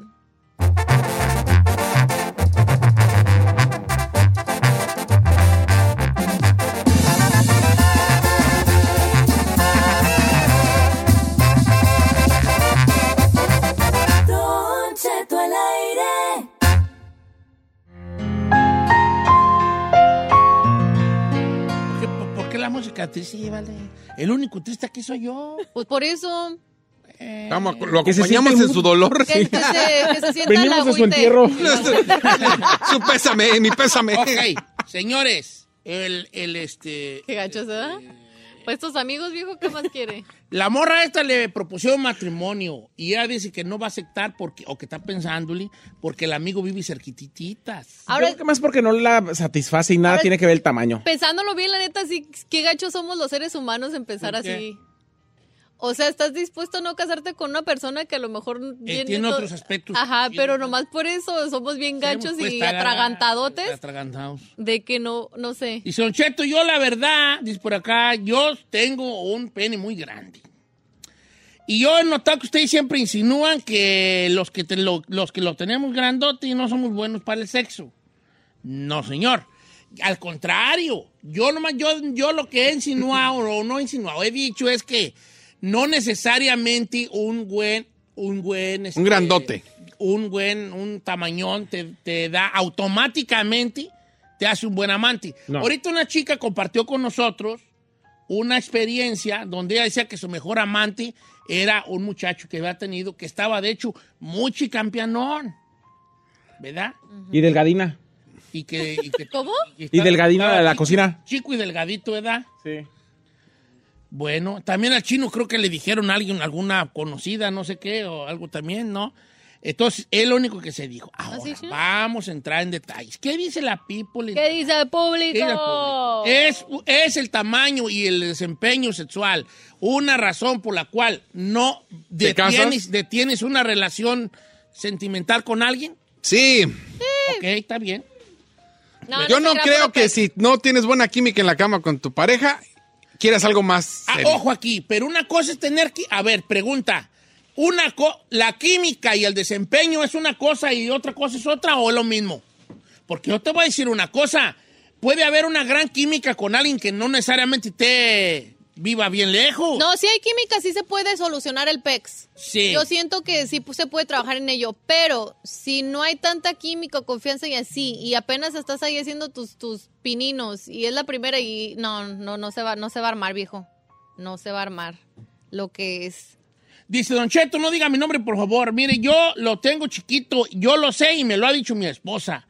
S4: Don Cheto al aire.
S3: ¿Qué- por, por qué la música triste, Sí, vale? El único triste aquí soy yo. Eh.
S6: Pues por eso,
S7: Vamos, lo
S5: Que se
S7: acompañamos
S5: siente
S7: en su dolor.
S6: que, que se, que se sienta
S5: Venimos
S6: la
S5: a su entierro.
S7: su pésame, mi pésame.
S3: Ok, señores, el, el este.
S6: Qué gachos, ¿verdad? Pues estos amigos, viejo, ¿qué más quiere?
S3: La morra esta le propuso matrimonio y ella dice que no va a aceptar porque, o que está pensándole, porque el amigo vive cerquititas.
S5: Ahora,
S6: Ahora,
S5: que más porque no la satisface y nada
S6: Ahora-
S5: tiene que ver el tamaño.
S6: pensándolo bien, la neta, sí, qué gachos somos los seres humanos en pensar
S3: ¿Por qué?
S6: así. O sea, estás dispuesto a no casarte con una persona que a lo mejor viene
S3: Eh, tiene
S6: to-
S3: otros aspectos.
S6: Ajá,
S3: Tiene
S6: pero
S3: otros-
S6: nomás por eso somos bien gachos
S3: Pues,
S6: y
S3: está agarra-
S6: atragantadotes
S3: Atragantados.
S6: de que no, no sé.
S3: Dice Don Cheto, yo la verdad, dice por acá, yo tengo un pene muy grande. Y yo he notado que ustedes siempre insinúan que los que, te- lo, los que lo tenemos grandote no somos buenos para el sexo. No, señor. Al contrario, yo, nomás, yo, yo lo que he insinuado o no insinuado, he dicho es que no necesariamente un buen... Un, buen, este,
S7: Un grandote.
S3: un buen, un tamañón te, te da automáticamente, te hace un buen amante.
S5: No.
S3: Ahorita una chica compartió con nosotros una experiencia donde ella decía que su mejor amante era un muchacho que había tenido, que estaba de hecho muy chicampianón, ¿verdad?
S5: Y delgadina.
S3: Y que... y que-
S6: ¿Cómo?
S5: Y delgadina de la cocina.
S3: Chico y delgadito, ¿verdad?
S5: Sí.
S3: Bueno, también al chino creo que le dijeron a alguien, alguna conocida, no sé qué, o algo también, ¿no? Entonces, él lo único que se dijo. Ahora,
S6: ¿Ah, sí, sí.
S3: vamos a entrar en detalles. ¿Qué dice la people?
S6: ¿Qué dice el público?
S3: ¿Qué dice el público? Es, es el tamaño y el desempeño sexual una razón por la cual no
S7: ¿Te casas?
S3: detienes, detienes una relación sentimental con alguien.
S7: Sí,
S3: Ok, está bien.
S7: yo no
S6: se crea
S7: creo
S6: puro
S7: que
S6: pe-
S7: si no tienes buena química en la cama con tu pareja, quieras algo más.
S3: Ah,
S7: serio.
S3: ojo aquí, pero una cosa es tener que. A ver, pregunta. Una co- la química y el desempeño es una cosa y otra cosa es otra o es lo mismo. Porque yo te voy a decir una cosa. Puede haber una gran química con alguien que no necesariamente te viva bien lejos.
S6: No, si hay química, sí se puede solucionar el PEX.
S3: Sí.
S6: Yo siento que sí pues, se puede trabajar en ello, pero si no hay tanta química, confianza y así, y apenas estás ahí haciendo tus, tus pininos y es la primera y no, no, no se va, no se va a armar, viejo. No se va a armar. lo que es.
S3: Dice, Don Cheto, no diga mi nombre, por favor. Mire, yo lo tengo chiquito, yo lo sé y me lo ha dicho mi esposa.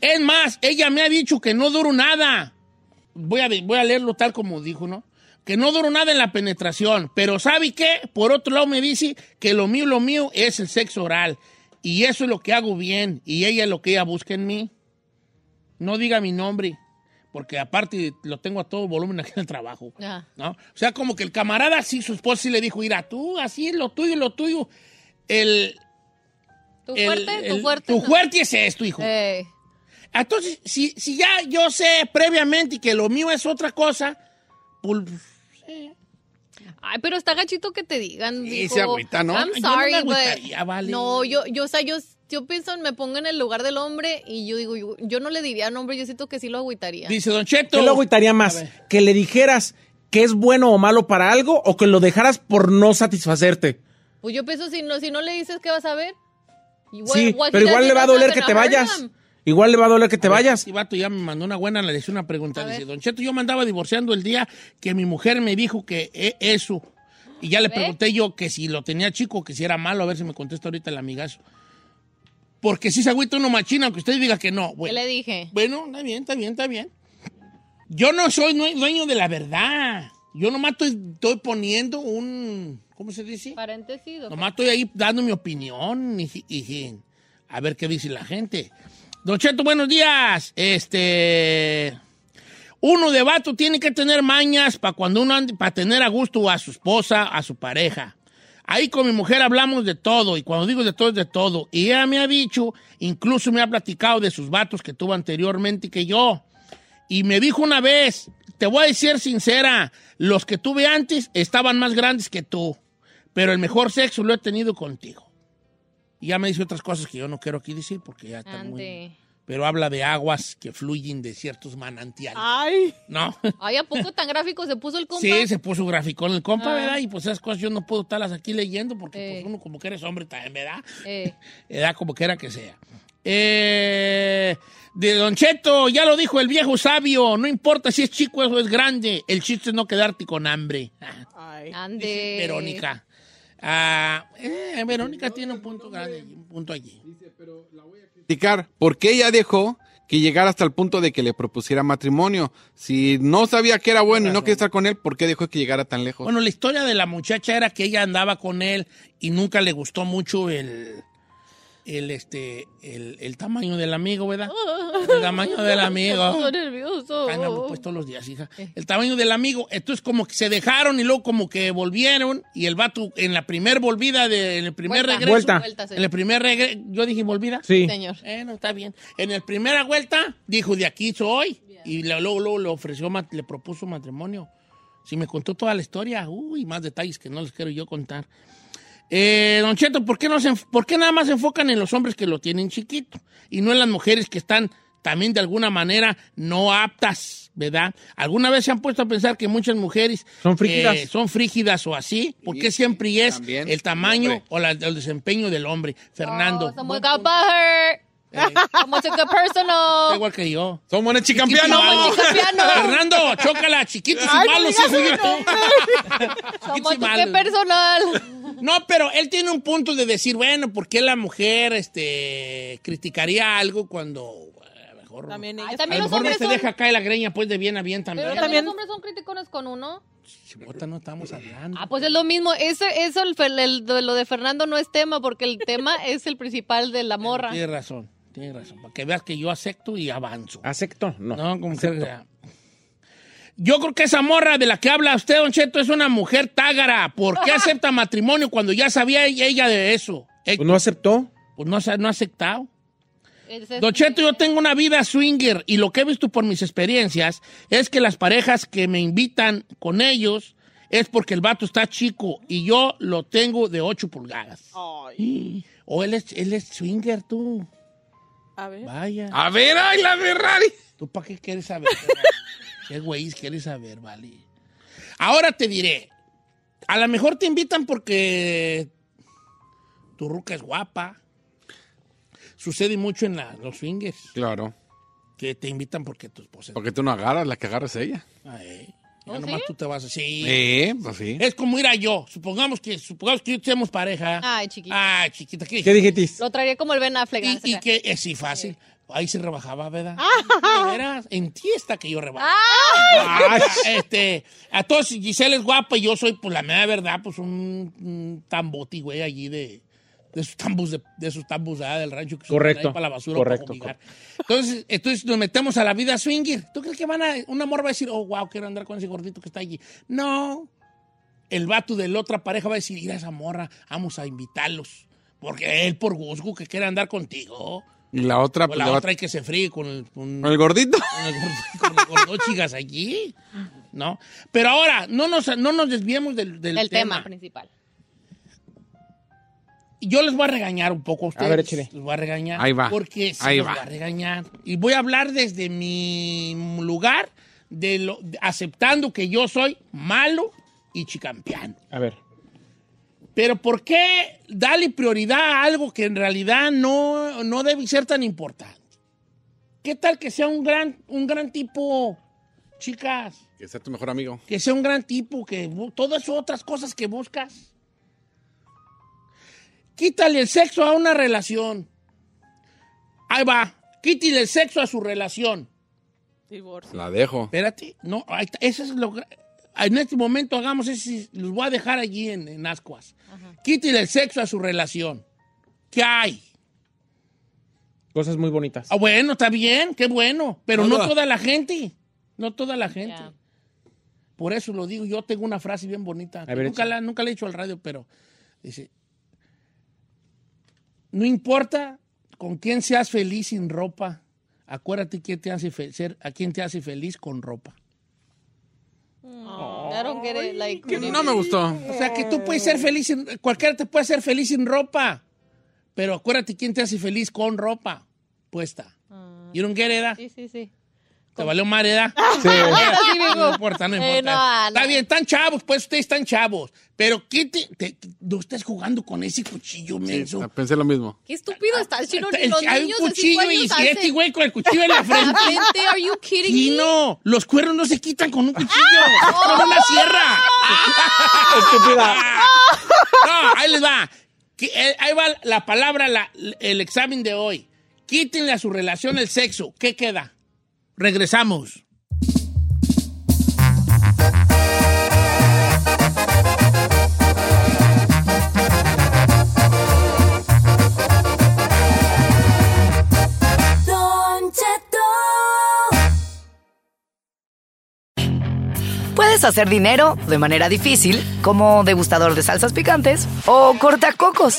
S3: Es más, ella me ha dicho que no duro nada. Voy a, voy a leerlo tal como dijo, ¿no? Que no duro nada en la penetración. Pero ¿sabe qué? Por otro lado me dice que lo mío, lo mío es el sexo oral. Y eso es lo que hago bien. Y ella es lo que ella busca en mí. No diga mi nombre. Porque aparte lo tengo a todo volumen aquí en el trabajo. ¿no? O sea, como que el camarada sí, su esposa sí le dijo, mira, tú, así es lo tuyo, lo tuyo. El,
S6: ¿Tu
S3: el-
S6: fuerte?
S3: el-
S6: ¿Tu fuerte?
S3: Tu
S6: no.
S3: fuerte es esto, hijo.
S6: Eh,
S3: Entonces, si, si ya yo sé previamente que lo mío es otra cosa, pues...
S6: Ay, pero está gachito que te digan.
S3: Sí,
S6: dijo,
S3: se agüita, ¿no?
S6: I'm
S3: Yo no me
S6: sorry, but-
S3: agüitaría, vale.
S6: No, yo, yo, o sea, yo, yo pienso, me pongo en el lugar del hombre y yo digo, yo, yo no le diría nombre, yo siento que sí lo agüitaría.
S3: Dice Don Cheto.
S5: ¿Qué lo agüitaría más? ¿Que le dijeras que es bueno o malo para algo o que lo dejaras por no satisfacerte?
S6: Pues yo pienso, si no, si no le dices, ¿qué vas a ver? Y what-
S5: sí,
S6: what he
S5: pero igual
S6: does,
S5: le
S6: he
S5: va a
S6: does
S5: doler
S6: and
S5: que te
S6: hurt
S5: vayas.
S6: him.
S5: Igual le va a doler que te
S3: A ver,
S5: vayas.
S3: Este vato ya me mandó una buena, le hice una pregunta. Dice, Don Cheto, yo me andaba divorciando el día que mi mujer me dijo que e- eso. Y ya le
S6: A ver.
S3: pregunté yo que si lo tenía chico, que si era malo, a ver si me contesta ahorita el amigazo. Porque si se agüita uno machina, aunque usted diga que no.
S6: ¿Qué
S3: Bueno,
S6: le dije?
S3: bueno, está bien, está bien, está bien. Yo no soy nue- dueño de la verdad. Yo nomás estoy, estoy poniendo un... ¿Cómo se dice?
S6: Paréntesis. ¿o qué?
S3: Nomás estoy ahí dando mi opinión, hiji- hijín. A ver qué dice la gente. Don Cheto, buenos días. Este. Uno de vato tiene que tener mañas para cuando uno ande, para tener a gusto a su esposa, a su pareja. Ahí con mi mujer hablamos de todo, y cuando digo de todo es de todo. Y ella me ha dicho, incluso me ha platicado de sus vatos que tuvo anteriormente que yo. Y me dijo una vez, te voy a decir sincera, los que tuve antes estaban más grandes que tú, pero el mejor sexo lo he tenido contigo. Y ya me dice otras cosas que yo no quiero aquí decir porque ya están muy...
S6: Ande.
S3: Pero habla de aguas que fluyen de ciertos manantiales.
S8: Ay.
S3: ¿No?
S6: Ay, ¿a poco tan gráfico se puso el compa?
S3: Sí, se puso gráfico en el compa,
S6: Ah.
S3: ¿verdad? Y pues esas cosas yo no puedo estarlas aquí leyendo porque
S6: Eh.
S3: pues, uno como que eres hombre también, ¿verdad?
S6: Eh,
S3: Edad como quiera que sea. Eh, de Don Cheto, ya lo dijo el viejo sabio, no importa si es chico o es grande, el chiste es no quedarte con hambre.
S6: ande.
S3: Verónica. Ah, eh, Verónica tiene un punto grande, un punto allí.
S7: criticar por qué ella dejó que llegara hasta el punto de que le propusiera matrimonio. Si no sabía que era bueno y no quería estar con él, ¿por qué dejó que llegara tan lejos?
S3: Bueno, la historia de la muchacha era que ella andaba con él y nunca le gustó mucho el, el, este, el, el tamaño del amigo, ¿verdad?
S6: Oh.
S3: El tamaño del amigo.
S6: Estoy nervioso.
S3: Ay, no,
S6: oh.
S3: pues todos los días, hija.
S6: Eh.
S3: El tamaño del amigo. Entonces, como que se dejaron y luego como que volvieron. Y el vato, en la primer volvida, de, en el primer
S6: Vuelta.
S3: regreso.
S5: Vuelta.
S6: Vuelta, sí.
S3: En el primer regreso. Yo dije, ¿volvida?
S5: Sí.
S6: Señor.
S3: Eh, no, está bien. En la primera vuelta, dijo, de aquí soy. Y le- luego, luego le ofreció, mat- le propuso matrimonio. Si me contó toda la historia, uy, más detalles que no les quiero yo contar. Eh, don Cheto, ¿por qué, no se enf- ¿por qué nada más se enfocan en los hombres que lo tienen chiquito y no en las mujeres que están también de alguna manera no aptas, ¿verdad? ¿Alguna vez se han puesto a pensar que muchas mujeres
S5: Son frígidas.
S3: son frígidas o así? ¿Por qué siempre es
S7: también,
S3: el tamaño
S7: hombre.
S3: o la- el desempeño del hombre? Fernando,
S6: Oh, someone got butthurt. Someone took it
S3: está
S6: personal.
S3: Eh. igual que yo.
S7: Son buenas
S3: Chiquito y malo. Fernando, chócala, chiquitos y malos, hijo de-
S6: Someone
S3: y
S6: took
S3: malo.
S6: it personal.
S3: No, pero él tiene un punto de decir, bueno, ¿por qué la mujer este, criticaría algo cuando a lo mejor, a
S8: También
S6: Ay,
S8: ellos-
S6: también
S3: lo
S6: los
S3: mejor no
S6: hombres
S3: se
S6: son...
S3: deja caer la greña pues de bien a bien también?
S6: Pero
S8: Yo
S6: también
S8: también-
S6: los hombres son criticones con uno.
S3: Chihuahua, no estamos hablando.
S6: Ah, pues es lo mismo. Ese, eso, el, fel- el- de lo de Fernando no es tema, porque el tema es el principal de la morra.
S3: Tienes razón, tienes razón. Para que veas que yo acepto y avanzo.
S5: ¿Acepto? No.
S3: No, como que- Yo creo que esa morra de la que habla usted, Don Cheto, es una mujer tágara. ¿Por qué acepta matrimonio cuando ya sabía ella de eso? Eh,
S5: Pues no aceptó.
S3: Pues no, se- no ha aceptado.
S6: Ese-
S3: Don Cheto, yo tengo una vida swinger y lo que he visto por mis experiencias es que las parejas que me invitan con ellos es porque el vato está chico y yo lo tengo de 8 pulgadas. O él es, él es swinger, tú.
S8: A ver.
S3: Vaya.
S7: A ver, ay, la Ferrari.
S3: ¿Tú para qué quieres saber? ¿Qué güey quieres saber, vale? Ahora te diré. A lo mejor te invitan porque tu ruca es guapa. Sucede mucho en la- los swingers
S7: Claro,
S3: que te invitan porque tu esposa es
S7: porque tú no agarras, la que agarras es ella.
S3: Ah, ¿eh?
S6: ¿Oh,
S3: Ya nomás tú te vas así.
S7: Eh, pues sí.
S3: Es como ir a yo. Supongamos que, supongamos que somos pareja.
S6: Ay, chiquito.
S3: Ay, chiquita, ¿qué,
S5: ¿Qué dijiste?
S6: Lo traería como el Ben Affleck. no
S3: Y,
S6: se
S3: y
S6: crea.
S3: que es sí, fácil. Ahí se rebajaba, ¿verdad? De veras, en ti está que yo rebajo.
S6: Ah. ¡Ay!
S3: este, a todos, Giselle es guapa y yo soy, pues la mera verdad, pues un, un tamboti, güey, allí de, de esos tambos, de, de esos tambos ah, del rancho que se
S5: Correcto,
S3: traen para la basura.
S5: correcto,
S3: para fumigar. entonces, entonces nos metemos a la vida swinger. ¿Tú crees que van a, un amor va a decir, oh, wow, quiero andar con ese gordito que está allí? No, el vato de la otra pareja va a decir, ir a esa morra, vamos a invitarlos. Porque él por gusgo que quiere andar contigo.
S7: Y la otra, pues
S3: O la
S7: la-
S3: otra hay que se fríe con el, con,
S7: ¿Con el gordito?
S3: con el gor- con el gordo chicas allí. ¿No? Pero ahora, no nos, no nos desviemos del, del
S6: El tema
S3: tema.
S6: principal.
S3: Yo les voy a regañar un poco a ustedes.
S5: ver, échale.
S3: Les voy a regañar.
S7: Ahí va.
S3: Porque sí
S7: Ahí
S3: los
S7: va.
S3: voy a regañar. Y voy a hablar desde mi lugar, de lo, de- aceptando que yo soy malo y chicampiano.
S5: A ver.
S3: Pero ¿por qué darle prioridad a algo que en realidad no, no debe ser tan importante? ¿Qué tal que sea un gran, un gran tipo, chicas?
S7: Que sea tu mejor amigo.
S3: Que sea un gran tipo, que bu- todas esas otras cosas que buscas. Quítale el sexo a una relación. Ahí va. Quítale el sexo a su relación.
S8: Divorcio.
S7: La dejo.
S3: Espérate. No, ahí está. Eso es lo... gra- En este momento hagamos eso y los voy a dejar allí en, en Ascuas. Quítale el sexo a su relación. ¿Qué hay?
S5: Cosas muy bonitas.
S3: Ah, bueno, está bien, qué bueno. Pero no,
S7: Nada.
S3: toda la gente. No toda la gente.
S6: Ya.
S3: Por eso lo digo. Yo tengo una frase bien bonita. que
S5: ver,
S3: nunca,
S5: échale.
S3: la, nunca la he hecho al radio, pero dice: No importa con quién seas feliz sin ropa. Acuérdate quién te hace fe- ser, a quién te hace feliz con ropa.
S6: Mm, I don't get it, like,
S7: Que no me gustó.
S3: O sea, que tú puedes ser feliz sin. Cualquiera te puede ser feliz sin ropa. Pero acuérdate quién te hace feliz con ropa puesta. ¿Y un guerrera?
S6: Ah. Sí, sí, sí.
S3: ¿eh? ¿Te valió madre, edad?
S5: Sí.
S6: Así, viejo.
S3: No importa, no
S6: Eh,
S3: importa.
S6: no,
S3: Está
S6: no.
S3: bien, están chavos, pues ustedes están chavos. Pero ¿qué te, te- no estás jugando con ese cuchillo, menso?
S7: Ah, Pensé lo mismo.
S6: Qué estúpido está el chino.
S3: El-
S6: Los
S3: hay un
S6: niños de cinco
S3: cuchillo
S6: años
S3: y
S6: hacen-
S3: siete, güey, con el cuchillo en la
S6: La
S3: frente.
S6: frente, are you kidding
S3: Y
S6: me?
S3: no, los cuernos no se quitan con un cuchillo, con una sierra.
S5: Estúpida.
S3: No, ahí les va. Que- eh, Ahí va la palabra, la- el examen de hoy. Quítenle a su relación el sexo. ¿Qué queda? Regresamos.
S4: Don Cheto.
S2: Puedes hacer dinero de manera difícil como degustador de salsas picantes o cortacocos